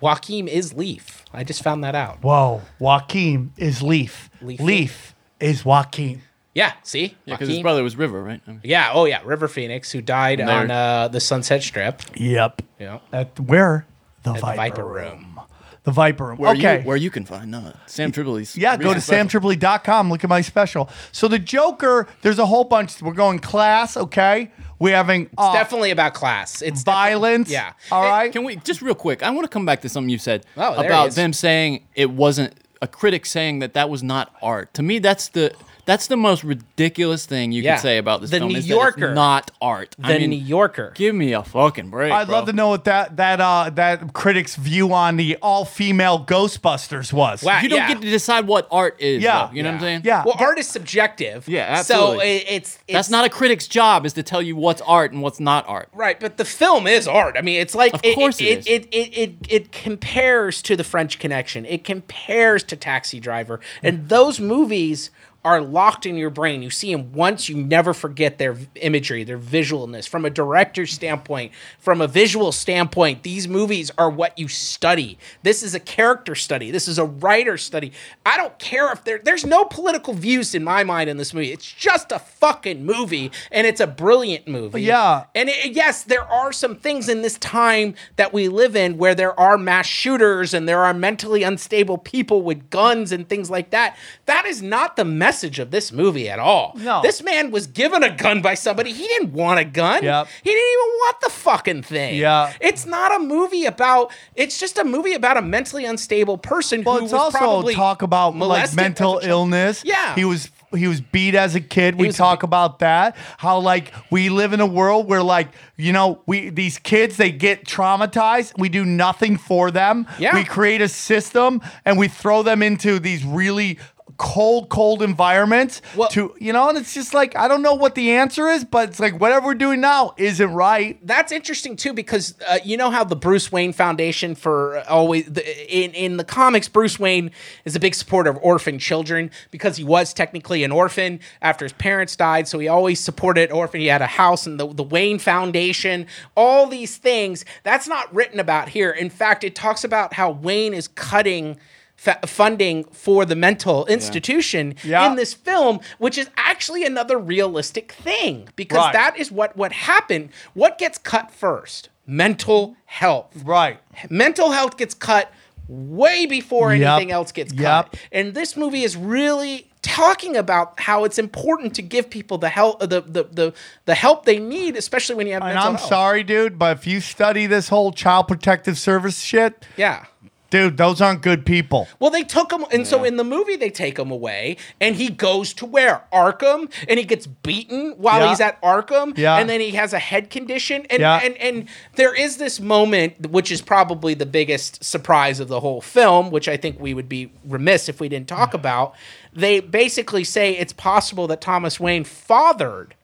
Joaquin is Leaf. I just found that out.
Whoa, Joaquin is Leaf.
Leaf.
Leaf is Joaquin.
Yeah. See.
Yeah, because his
Joaquin-
brother was River, right? I mean,
Yeah. Oh yeah. River Phoenix, who died
there-
on uh, the Sunset Strip.
Yep.
Yeah.
At where? The,
At
Viper,
the Viper
Room.
Room.
The Viper Room.
where
okay.
You, where you can find uh, Sam Tripoli's.
Yeah, go to
recent special.
samtripoli.com. Look at my special. So the Joker, there's a whole bunch. We're going class, okay? We're having uh,
Definitely about class. It's defi-
violence.
Yeah.
All
Hey,
right.
Can we just real quick? I want to come back to something you said
Oh, there he
about
is.
them saying it wasn't a critic saying that that was not art. To me, that's the that's the most ridiculous thing you
Yeah.
can say about this
The
film.
New
is that it's
Yorker.
not art.
the
I mean,
New Yorker.
give me a fucking break.
I'd love to know what that that uh, that critic's view on the all female Ghostbusters was.
Wow.
You don't
Uh, Yeah.
get to decide what art is.
Yeah.
though, you know what
Yeah.
I'm saying.
Yeah.
Well, art is subjective.
Yeah,
So
absolutely.
it, it's, it's
That's not a critic's job is to tell you what's art and what's not art.
Right, but the film is art. I mean, it's like
Of course it
it,
is.
it, it, it, it compares to The French Connection. It compares to Taxi Driver, and
Mm.
those movies are locked in your brain. You see them once, you never forget their v- imagery, their visualness. From a director's standpoint, from a visual standpoint, these movies are what you study. This is a character study. This is a writer study. I don't care if there there's no political views in my mind in this movie. It's just a fucking movie, and it's a brilliant movie.
Yeah.
And it, yes, there are some things in this time that we live in where there are mass shooters and there are mentally unstable people with guns and things like that. That is not the message of this movie at all.
No.
This man was given a gun by somebody. He didn't want a gun.
Yep.
He didn't even want the fucking thing.
Yeah.
It's not a movie about, it's just a movie about a mentally unstable person
Well,
who
it's
was
also
probably
talk about like
molested
mental
as a child.
illness.
Yeah.
he was he was beat as a kid. We
was
talk about that. How like we live in a world where like you know we these kids they get traumatized. We do nothing for them.
Yeah.
we create a system and we throw them into these really cold cold environments
Well-
to you know and it's just like i don't know what the answer is but it's like whatever we're doing now isn't right
that's interesting too because uh, you know how the Bruce Wayne Foundation for always the, in in the comics Bruce Wayne is a big supporter of orphan children because he was technically an orphan after his parents died so he always supported orphan he had a house and the the Wayne Foundation all these things that's not written about here in fact it talks about how Wayne is cutting fa- funding for the mental institution
Yeah.
in this film which is actually another realistic thing because
Right.
that is what what happened what gets cut first mental health
right
mental health gets cut way before
Yep.
anything else gets
Yep.
cut and this movie is really talking about how it's important to give people the help the the the, the help they need especially when you have
and
mental
i'm
health.
sorry dude but if you study this whole child protective service shit
yeah
Dude, those aren't good people.
Well, they took him, and so in the movie they take him away, and he goes to where Arkham, and he gets beaten while
Yeah.
he's at Arkham,
Yeah.
and then he has a head condition, and
Yeah.
and and there is this moment which is probably the biggest surprise of the whole film, which I think we would be remiss if we didn't
Mm.
talk about. They basically say it's possible that Thomas Wayne fathered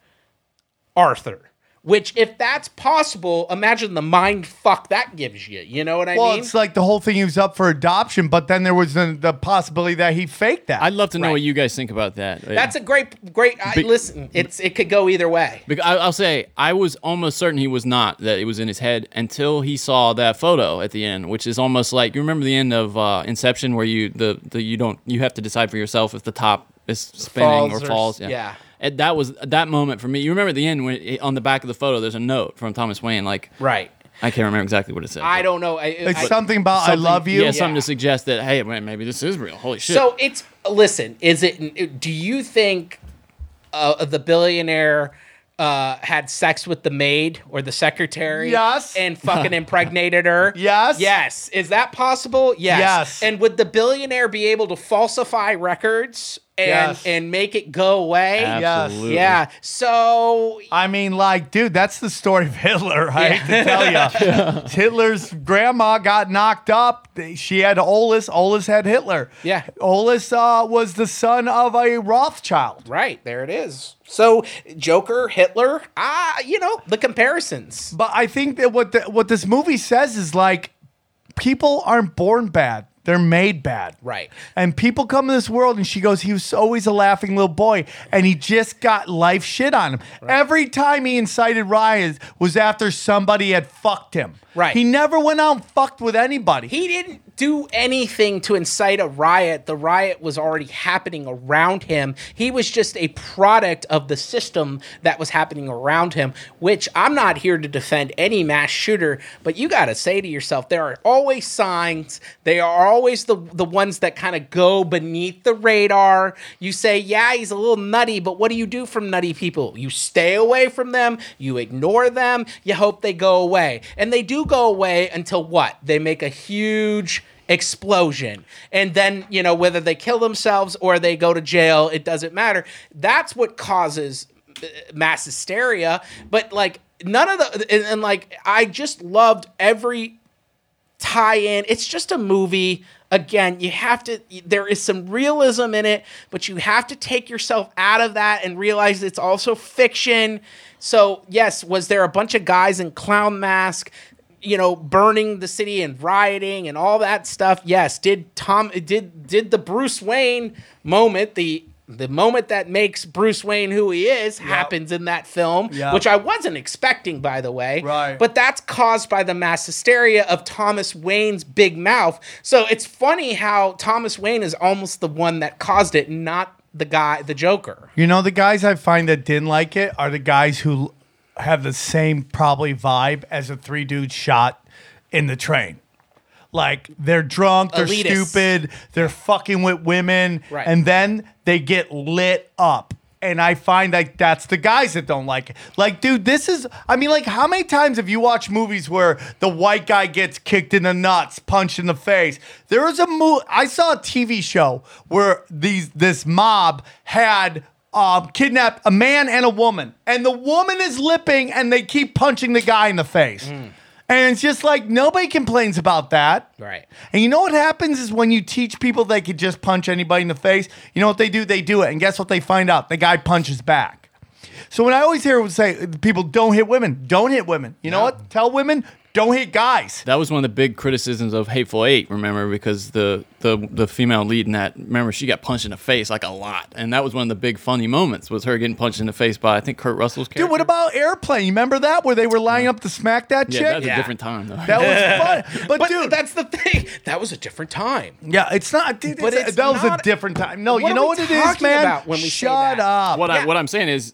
Arthur. Which, if that's possible, imagine the mind fuck that gives you. You know what I
Well,
mean?
it's like the whole thing he was up for adoption, but then there was the, the possibility that he faked that.
I'd love to know
Right.
what you guys think about that.
That's a great, great. I, listen, it's it could go either way.
Because I, I'll say I was almost certain he was not that it was in his head until he saw that photo at the end, which is almost like you remember the end of uh, Inception where you the, the you don't you have to decide for yourself if the top is spinning
Falls or
or
s-
falls.
yeah.
And that was that moment for me. You remember at the end when it, on the back of the photo there's a note from Thomas Wayne like
Right.
I can't remember exactly what it said.
I
but
don't know. I,
it's
I-
something about
something-
I love you.
Yeah, something
Yeah.
to suggest that hey man, maybe this is real. Holy shit.
So it's listen. Is it? Do you think uh, the billionaire uh, had sex with the maid or the secretary?
Yes.
And fucking impregnated her.
Yes.
Yes. Is that possible? Yes.
Yes.
And would the billionaire be able to falsify records? and
Yes.
and make it go away.
Absolutely.
Yeah. So
I mean, like, dude, that's the story of Hitler. I hate to tell you, Hitler's grandma got knocked up. They- She had Olis. Olis had Hitler.
Yeah.
Olis uh, was the son of a Rothschild.
right there it is. So Joker, Hitler, ah, you know the comparisons.
But I think that what the, what this movie says is like, people aren't born bad; they're made bad.
Right.
And people come in this world, and she goes, he was always a laughing little boy, and he just got life shit on him. Every time he incited riots was after somebody had fucked him.
Right.
He never went out and fucked with anybody.
He didn't do anything to incite a riot. The riot was already happening around him. He was just a product of the system that was happening around him, which I'm not here to defend any mass shooter, but you got to say to yourself there are always signs. They are always the the ones that kind of go beneath the radar. You say, "Yeah, he's a little nutty," but what do you do from nutty people? You stay away from them, you ignore them, you hope they go away. And they do go away until what? They make a huge explosion. And then, you know, whether they kill themselves or they go to jail, it doesn't matter. That's what causes uh, mass hysteria, but like none of the and, and like I just loved every tie in. It's just a movie. Again, you have to, there is some realism in it, but you have to take yourself out of that and realize it's also fiction. So, yes, was there a bunch of guys in clown mask? You know, burning the city and rioting and all that stuff. Yes, did Tom did did the Bruce Wayne moment, the the moment that makes Bruce Wayne who he is, happens in that film,
Yeah.
which I wasn't expecting, by the way.
Right.
But that's caused by the mass hysteria of Thomas Wayne's big mouth. So it's funny how Thomas Wayne is almost the one that caused it, not the guy, the Joker.
You know, the guys I find that didn't like it are the guys who have the same probably vibe as a three dude shot in the train. Like they're drunk, they're
Elitists.
stupid, they're fucking with women,
Right.
and then they get lit up. And I find like that's the guys that don't like it. Like, dude, this is I mean, like, how many times have you watched movies where the white guy gets kicked in the nuts, punched in the face? There was a movie I saw a TV show where these this mob had um, kidnapped a man and a woman, and the woman is lipping, and they keep punching the guy in the face. And it's just like nobody complains about that.
Mm. Right.
And you know what happens is when you teach people they could just punch anybody in the face, you know what they do? They do it. And guess what they find out? The guy punches back. So when I always hear people say people don't hit women, don't hit women. You know what? Tell women, don't hit guys.
That was one of the big criticisms of Hateful Eight. Remember, because the the the female lead in that, remember, she got punched in the face like a lot, and that was one of the big funny moments was her getting punched in the face by I think Kurt Russell's character.
Dude, what about airplane? You remember that where they were lining up to smack that
Yeah,
chick?
that was a different time though.
That was fun. But,
But
dude,
that's the thing. That was a different time.
yeah, it's not. Dude,
But
it's-
it's
that was a
not-
different time. No,
What
you
are
know
we
what it is,
talking
man.
about when we say
Shut
that?
up.
what
Yeah.
I what I'm saying is,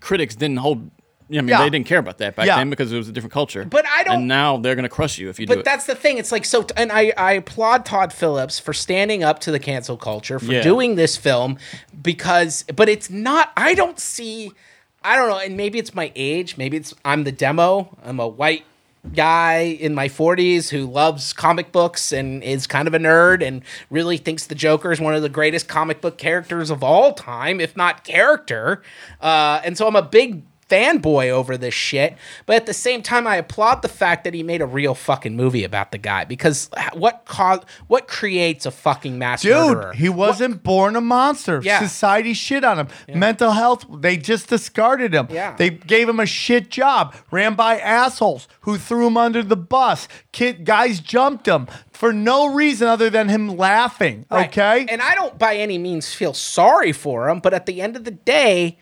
critics didn't hold. I mean,
Yeah.
they didn't care about that back
Yeah.
then because it was a different culture.
But I don't-
And now they're gonna crush you if you do
But
it.
that's the thing. It's like so, and I, I applaud Todd Phillips for standing up to the cancel culture for
Yeah.
doing this film because, but it's not. I don't see. I don't know, and maybe it's my age. Maybe it's I'm the demo. I'm a white guy in my 40s who loves comic books and is kind of a nerd and really thinks the Joker is one of the greatest comic book characters of all time, if not character. Uh, and so I'm a big fanboy over this shit. But at the same time, I applaud the fact that he made a real fucking movie about the guy because what cause what creates a fucking mass murderer?
Dude, he wasn't born a monster.
Yeah.
Society shit on him. Mental health, they just discarded him.
Yeah.
They gave him a shit job, ran by assholes who threw him under the bus. Kid guys jumped him for no reason other than him laughing.
Right.
Okay?
And I don't by any means feel sorry for him, but at the end of the day,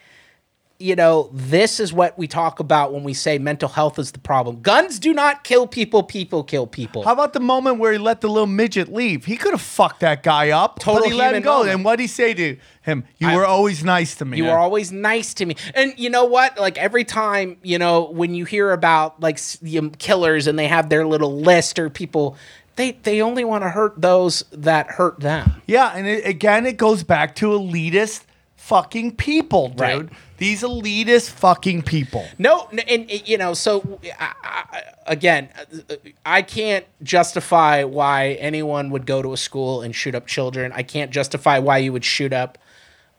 you know, this is what we talk about when we say mental health is the problem. Guns do not kill people, people kill people.
How about the moment where he let the little midget leave? He could have fucked that guy up,
Total
but he let him
human
go.
moment.
And what would he say to him? You were always nice to me.
You
Yeah.
are always nice to me. And you know what? Like every time, you know, when you hear about like s- the um, killers and they have their little list or people, they they only want to hurt those that hurt them.
Yeah, and it, again, it goes back to elitist fucking people, dude.
Right.
These elitist fucking people.
No, n- and and, you know, so I, I, again, I can't justify why anyone would go to a school and shoot up children. I can't justify why you would shoot up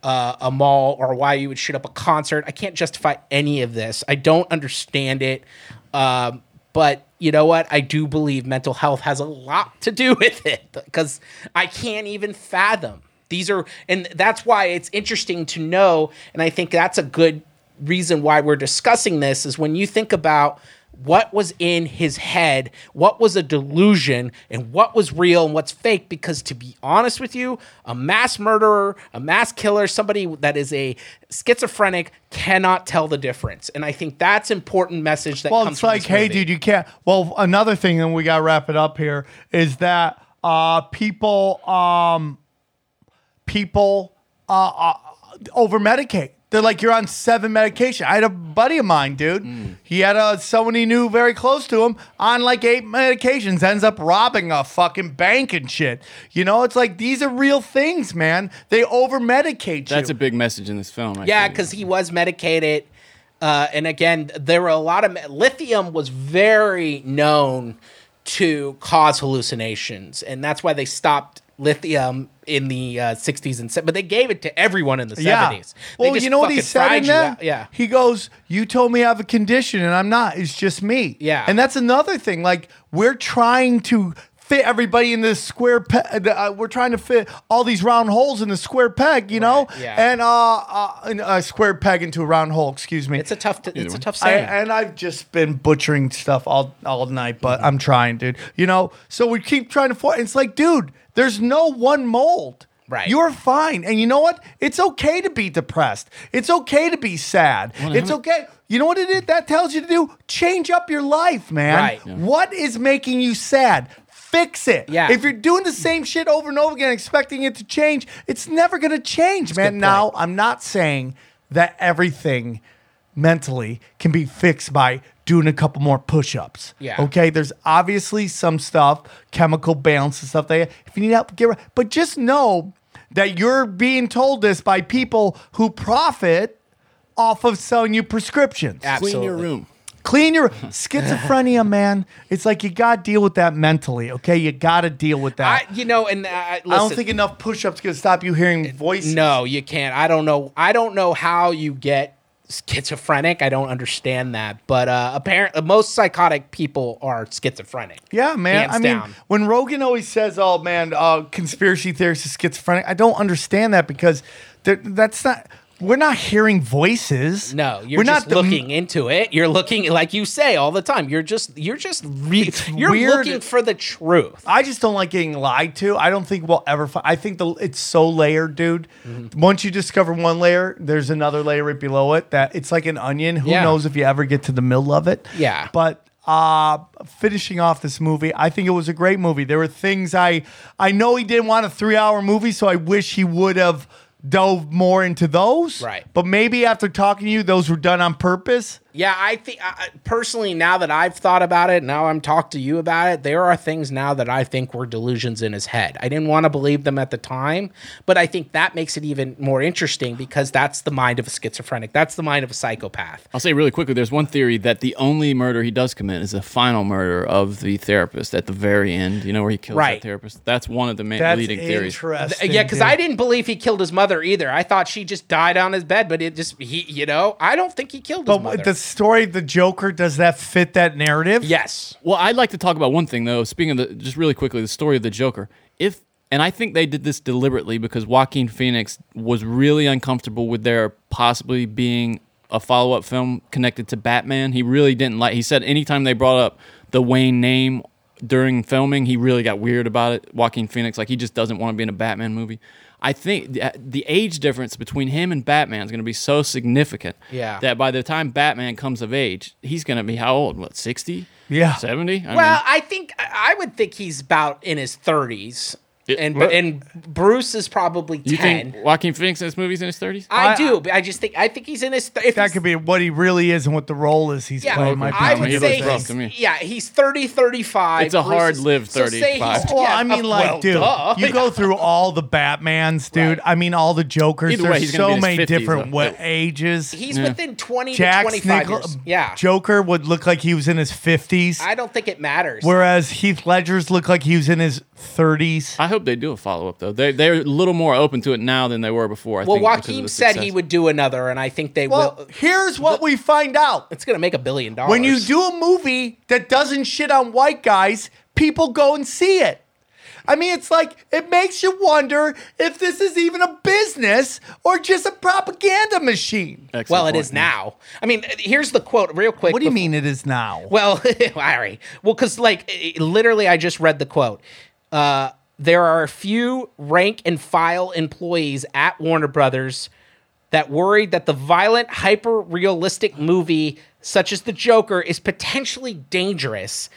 uh, a mall or why you would shoot up a concert. I can't justify any of this. I don't understand it. Um, but you know what? I do believe mental health has a lot to do with it because I can't even fathom. These are, and that's why it's interesting to know. And I think that's a good reason why we're discussing this is when you think about what was in his head, what was a delusion, and what was real and what's fake. Because to be honest with you, a mass murderer, a mass killer, somebody that is a schizophrenic cannot tell the difference. And I think that's important message that
well,
comes
it's
from
like,
this
hey,
movie.
dude, you can't. Well, another thing, and we got to wrap it up here, is that uh, people, um, people uh, uh, over medicate. They're like, you're on seven medication. I had a buddy of mine, dude.
Mm.
He had a, someone he knew very close to him on like eight medications, ends up robbing a fucking bank and shit. You know, it's like these are real things, man. They over medicate you.
That's a big message in this film. I
Yeah,
think.
because he was medicated. Uh, and again, there were a lot of lithium was very known to cause hallucinations, and that's why they stopped lithium in the uh, 60s and 70s. But they gave it to everyone in the 70s. They
Well,
just
you know what he
fucking
said
fried
in
you
that?
out. Yeah.
He goes, You told me I have a condition and I'm not. It's just me.
Yeah.
And that's another thing. Like, we're trying to fit everybody in this square pe- uh, we're trying to fit all these round holes in the square peg you know
yeah.
and uh, uh in a square peg into a round hole excuse me
It's a tough, it's a
way.
tough
I,
saying.
and I've just been butchering stuff all all night, but I'm trying, dude. You know, so we keep trying to. For- it's like, dude, there's no one mold.
Right.
You're fine, and you know what? It's okay to be depressed. It's okay to be sad. it's okay. You know what it is? That tells you to do? Change up your life, man.
Right. Yeah.
What is making you sad? Fix it.
Yeah.
If you're doing the same shit over and over again, expecting it to change, it's never gonna change, man. Now, I'm not saying that everything mentally can be fixed by doing a couple more push-ups.
Yeah.
Okay. There's obviously some stuff, chemical balance and stuff. They, if you need help, get. Right. But just know that you're being told this by people who profit off of selling you prescriptions.
Clean your
uh,
Absolutely.
room.
Clean your schizophrenia, man. It's like you got to deal with that mentally. Okay. You got to deal with that.
I, you know, and I, listen,
I don't think enough push-ups gonna stop you hearing voices.
No, you can't. I don't know. I don't know how you get schizophrenic. I don't understand that. But uh, apparently, most psychotic people are schizophrenic.
Yeah, man.
Hands
I mean,
down.
when Rogan always says, "Oh man, uh, conspiracy theorists is schizophrenic," I don't understand that because they're- that's not. We're not hearing voices.
No, you're
we're
just
the-
looking into it. You're looking, like you say all the time. You're just, you're just, re- you're
weird.
looking for the truth.
I just don't like getting lied to. I don't think we'll ever. Find, I think the it's so layered, dude.
Mm-hmm.
Once you discover one layer, there's another layer right below it. That it's like an onion. Who
Yeah.
knows if you ever get to the middle of it?
Yeah.
But uh, finishing off this movie, I think it was a great movie. There were things I I know he didn't want a three hour movie, so I wish he would have dove more into those.
Right.
But maybe after talking to you, those were done on purpose.
Yeah, I think I, I- personally, now that I've thought about it, now I'm talked to you about it. There are things now that I think were delusions in his head. I didn't want to believe them at the time, but I think that makes it even more interesting because that's the mind of a schizophrenic. That's the mind of a psychopath.
I'll say really quickly. There's one theory that the only murder he does commit is the final murder of the therapist at the very end. You know where he kills
Right.
that therapist. That's one of the main
That's
leading theories.
interesting.
Uh, yeah, because
dude.
I didn't believe he killed his mother either. I thought she just died on his bed, but it just he, you know, I don't think he killed his
But
mother.
the story, the Joker, does that fit that narrative?
yes,
Well, I'd like to talk about one thing though. Speaking of the, just really quickly, the story of the Joker. If and I think they did this deliberately because Joaquin Phoenix was really uncomfortable with there possibly being a follow-up film connected to Batman. He really didn't like. He said anytime they brought up the Wayne name during filming, he really got weird about it. Joaquin Phoenix, like he just doesn't want to be in a Batman movie. I think the, the age difference between him and Batman is going to be so significant
Yeah.
that by the time Batman comes of age, he's going to be how old? What, 60?
Yeah.
70? I
Well,
mean,
I think I I would think he's about in his thirties,
Yeah,
and
well-
and Bruce is probably ten.
you think Joaquin Phoenix in this movie's in his 30s?
I,
I-
do, but I just think I think he's in his. Th- if
That
he's-
could be what he really is and what the role is he's
Yeah,
playing. Might be
I
two
would
He
different
say
looks rough
things.
to me.
he's, yeah, he's 30, 35.
It's a hard-lived
so say
35.
he's-
Well,
yeah,
I mean,
uh,
like,
well,
dude,
duh.
you go through all the Batmans, dude. I mean, all the Jokers.
Either way,
There's
he's gonna be
so
in
many
his 50s,
different
though.
wa- ages.
He's within 20
Jack
to 25
Nicol-
years. Yeah.
Joker would look like he was in his 50s,
I don't think it matters.
whereas Heath Ledger's looked like he was in his 30s.
I hope they do a follow up though. They they're a little more open to it now than they were before. I
Well,
think, because of
Joaquin
the
said he
success.
would do another, and I think they
Well,
will.
here's what we find out.
It's gonna make a billion dollars
When you do a movie that doesn't shit on white guys, people go and see it. I mean, it's like, it makes you wonder if this is even a business or just a propaganda machine.
Excellent
Well, it
point,
is
man.
now. I mean, here's the quote, real quick.
What do you
before-
mean it is now?
Well, Larry. Well, because like i- literally, I just read the quote. Uh, there are a few rank and file employees at Warner Brothers that worried that the violent, hyper realistic movie such as The Joker is potentially dangerous.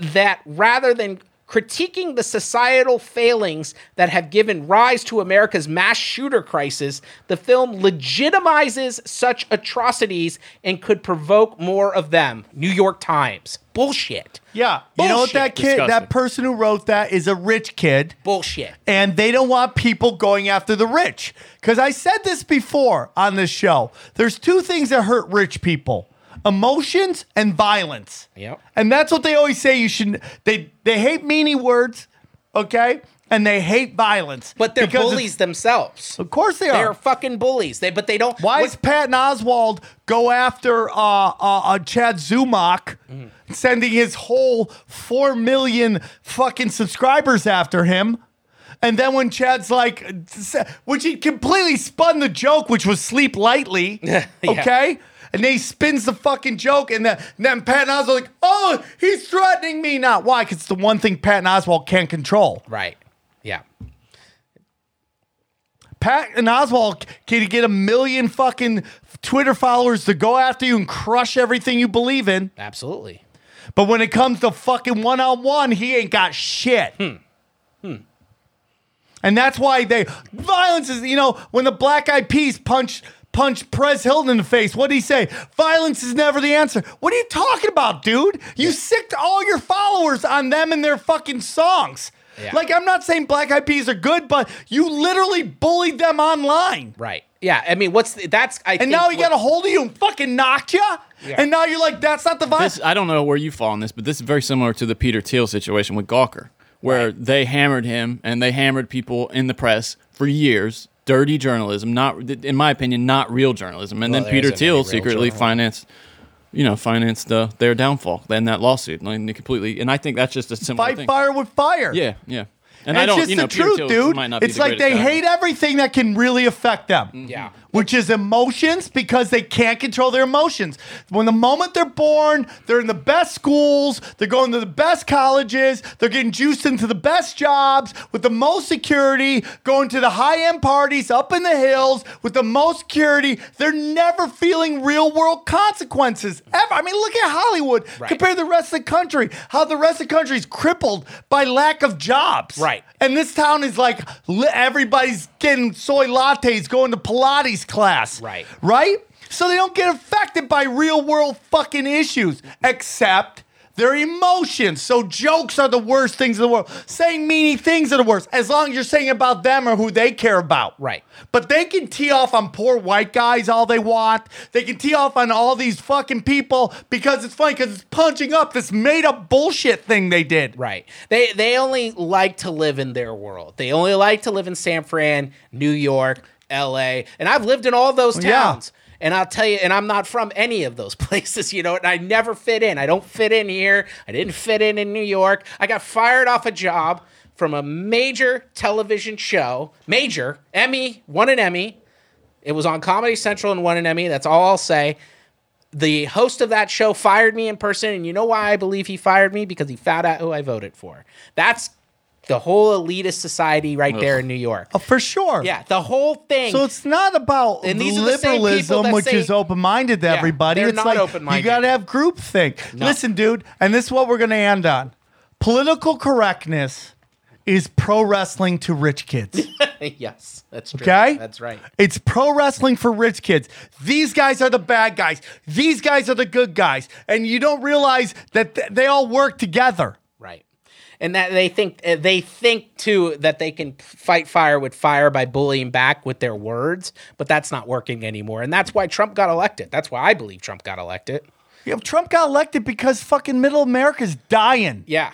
That rather than critiquing the societal failings that have given rise to America's mass shooter crisis, the film legitimizes such atrocities and could provoke more of them. New York Times. Bullshit.
Yeah. You know what that kid,
Bullshit.
that person who wrote that is a rich kid.
Bullshit.
and they don't want people going after the rich. Because I said this before on this show. There's two things that hurt rich people: emotions and violence.
Yep.
And that's what they always say. You should. They they hate meany words, okay, and they hate violence.
But they're
because it's-
bullies themselves.
Of course they
They're
are.
fucking bullies. They but they don't.
Why
what-
does Patton Oswald go after uh, uh, uh, Chad Zumach, sending his whole four million fucking subscribers after him? And then when Chad's like, which he completely spun the joke, which was sleep lightly, okay? And then he spins the fucking joke, and then, and then Patton Oswald like, oh, he's threatening me now. Why? Because it's the one thing Patton Oswald can't control.
right? Yeah.
Pat and Oswald can get a million fucking Twitter followers to go after you and crush everything you believe in.
Absolutely.
But when it comes to fucking one on one, he ain't got shit. And that's why they violence is you know when the Black Eyed Peas punched punched Prez Hilton in the face. What did he say? Violence is never the answer. What are you talking about, dude? You sicked all your followers on them and their fucking songs.
Yeah.
Like I'm not saying Black Eyed Peas are good, but you literally bullied them online.
Right. Yeah. I mean, what's the, that's I.
And now he got a hold of you and fucking knocked you.
Yeah.
And now you're like, that's not the violence.
This, I don't know where you fall on this, but this is very similar to the Peter Thiel situation with Gawker, where they hammered him and they hammered people in the press for years. Dirty journalism, not in my opinion, not real journalism. And
there
then Peter
isn't any
Thiel
real
secretly
journalism.
financed, you know, financed uh, their downfall in that lawsuit, and they completely. And I think that's just a similar
Fight
thing.
fire with fire.
Yeah, yeah. And
it's
I don't,
just
you know,
the
Peter
truth,
Thiel
dude.
Might not be
it's
the
like they
greatest guy.
hate everything that can really affect them.
Mm-hmm. Yeah.
Which is emotions because they can't control their emotions. When the moment they're born, they're in the best schools, they're going to the best colleges, they're getting juiced into the best jobs with the most security, going to the high end parties up in the hills with the most security. They're never feeling real world consequences ever. I mean, look at Hollywood
Right.
compared to the rest of the country, how the rest of the country is crippled by lack of jobs.
Right.
And this town is like li- everybody's getting soy lattes, going to Pilates class.
Right.
Right? So they don't get affected by real world fucking issues, except their emotions. So jokes are the worst things in the world. Saying meany things are the worst, as long as you're saying about them or who they care about.
Right.
But they can tee off on poor white guys all they want. They can tee off on all these fucking people because it's funny because it's punching up this made up bullshit thing they did.
Right. They they only like to live in their world. They only like to live in San Fran, New York, L.A. And I've lived in all those
Yeah.
towns. And I'll tell you, and I'm not from any of those places, you know, and I never fit in. I don't fit in here. I didn't fit in in New York. I got fired off a job from a major television show, major Emmy, won an Emmy. It was on Comedy Central and won an Emmy. That's all I'll say the host of that show fired me in person, and you know why I believe he fired me? Because he found out who I voted for. That's the whole elitist society right there in New York.
Oh, for sure.
Yeah, the whole thing.
So it's not about
And these are the same people
liberalism,
that
which
say-
is open minded to
Yeah,
everybody.
they're
It's
not
like
open-minded.
you got to have groupthink. Listen, dude, and this is what we're going to end on. Political correctness is pro wrestling to rich kids.
yes, that's true.
Okay?
That's right.
It's pro wrestling for rich kids. These guys are the bad guys. These guys are the good guys. And you don't realize that th- they all work together.
Right. And that they think uh, they think too that they can fight fire with fire by bullying back with their words, but that's not working anymore. And that's why Trump got elected. That's why I believe Trump got elected.
You know, Trump got elected because fucking middle America's dying.
Yeah.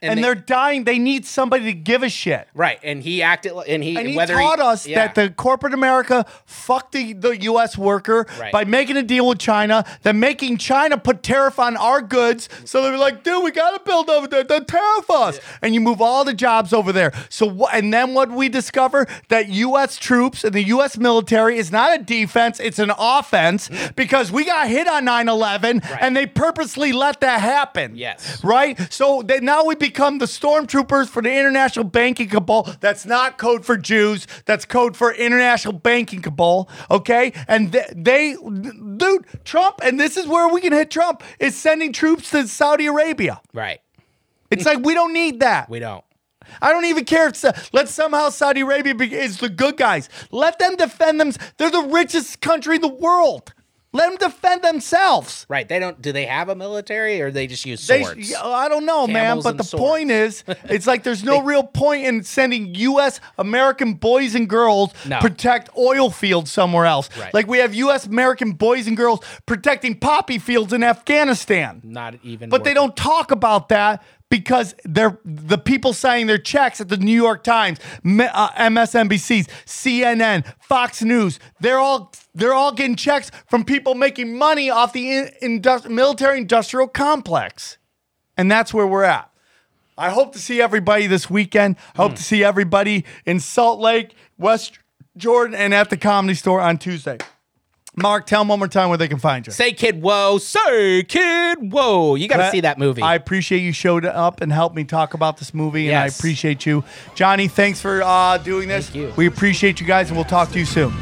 and,
they-
they, are dying. They need somebody to give a shit.
Right, and he acted, li- and he
And he
whether
taught us
yeah.
that the corporate America fucked the, the U.S. worker
Right.
by making a deal with China, then making China put tariff on our goods. So they were like, dude, we got to build over there. Don't tariff us. And you move all the jobs over there. So what? And then what we discover that U.S. troops and the U.S. military is not a defense; it's an offense
Mm.
because we got hit on 9/11, and they purposely let that happen.
Yes.
Right? So that now we become the stormtroopers for the international banking cabal. That's not code for Jews. That's code for international banking cabal. Okay? And th- they, dude, Trump, and this is where we can hit Trump, is sending troops to Saudi Arabia.
right.
It's like, we don't need that.
We don't.
I don't even care if Sa- let somehow Saudi Arabia be, is the good guys. Let them defend them. They're the richest country in the world. Let them defend themselves.
Right. They don't. Do they have a military, or they just use
They-
swords?
yeah, I don't know, man.
Camels
But
and
the
swords.
point is, it's like there's no real point in sending U.S. American boys and girls
No.
protect oil fields somewhere else.
Right.
Like we have U.S. American boys and girls protecting poppy fields in Afghanistan.
Not even.
But they
worth
don't talk about that because they're the people signing their checks at the New York Times, M- uh, MSNBC's, CNN, Fox News. They're all they're all getting checks from people making money off the in, industri- military industrial complex, and that's where we're at. I hope to see everybody this weekend. I hope to see everybody in Salt Lake, West Jordan, and at the Comedy Store on Tuesday. Mark, tell them one more time where they can find you.
Say kid, whoa! Say kid, whoa! You got to
Brett,
see that movie.
I appreciate you showed up and helped me talk about this movie, and I
Yes.
appreciate you, Johnny. Thanks for uh, doing this.
Thank you.
We appreciate you guys, and we'll talk to you soon.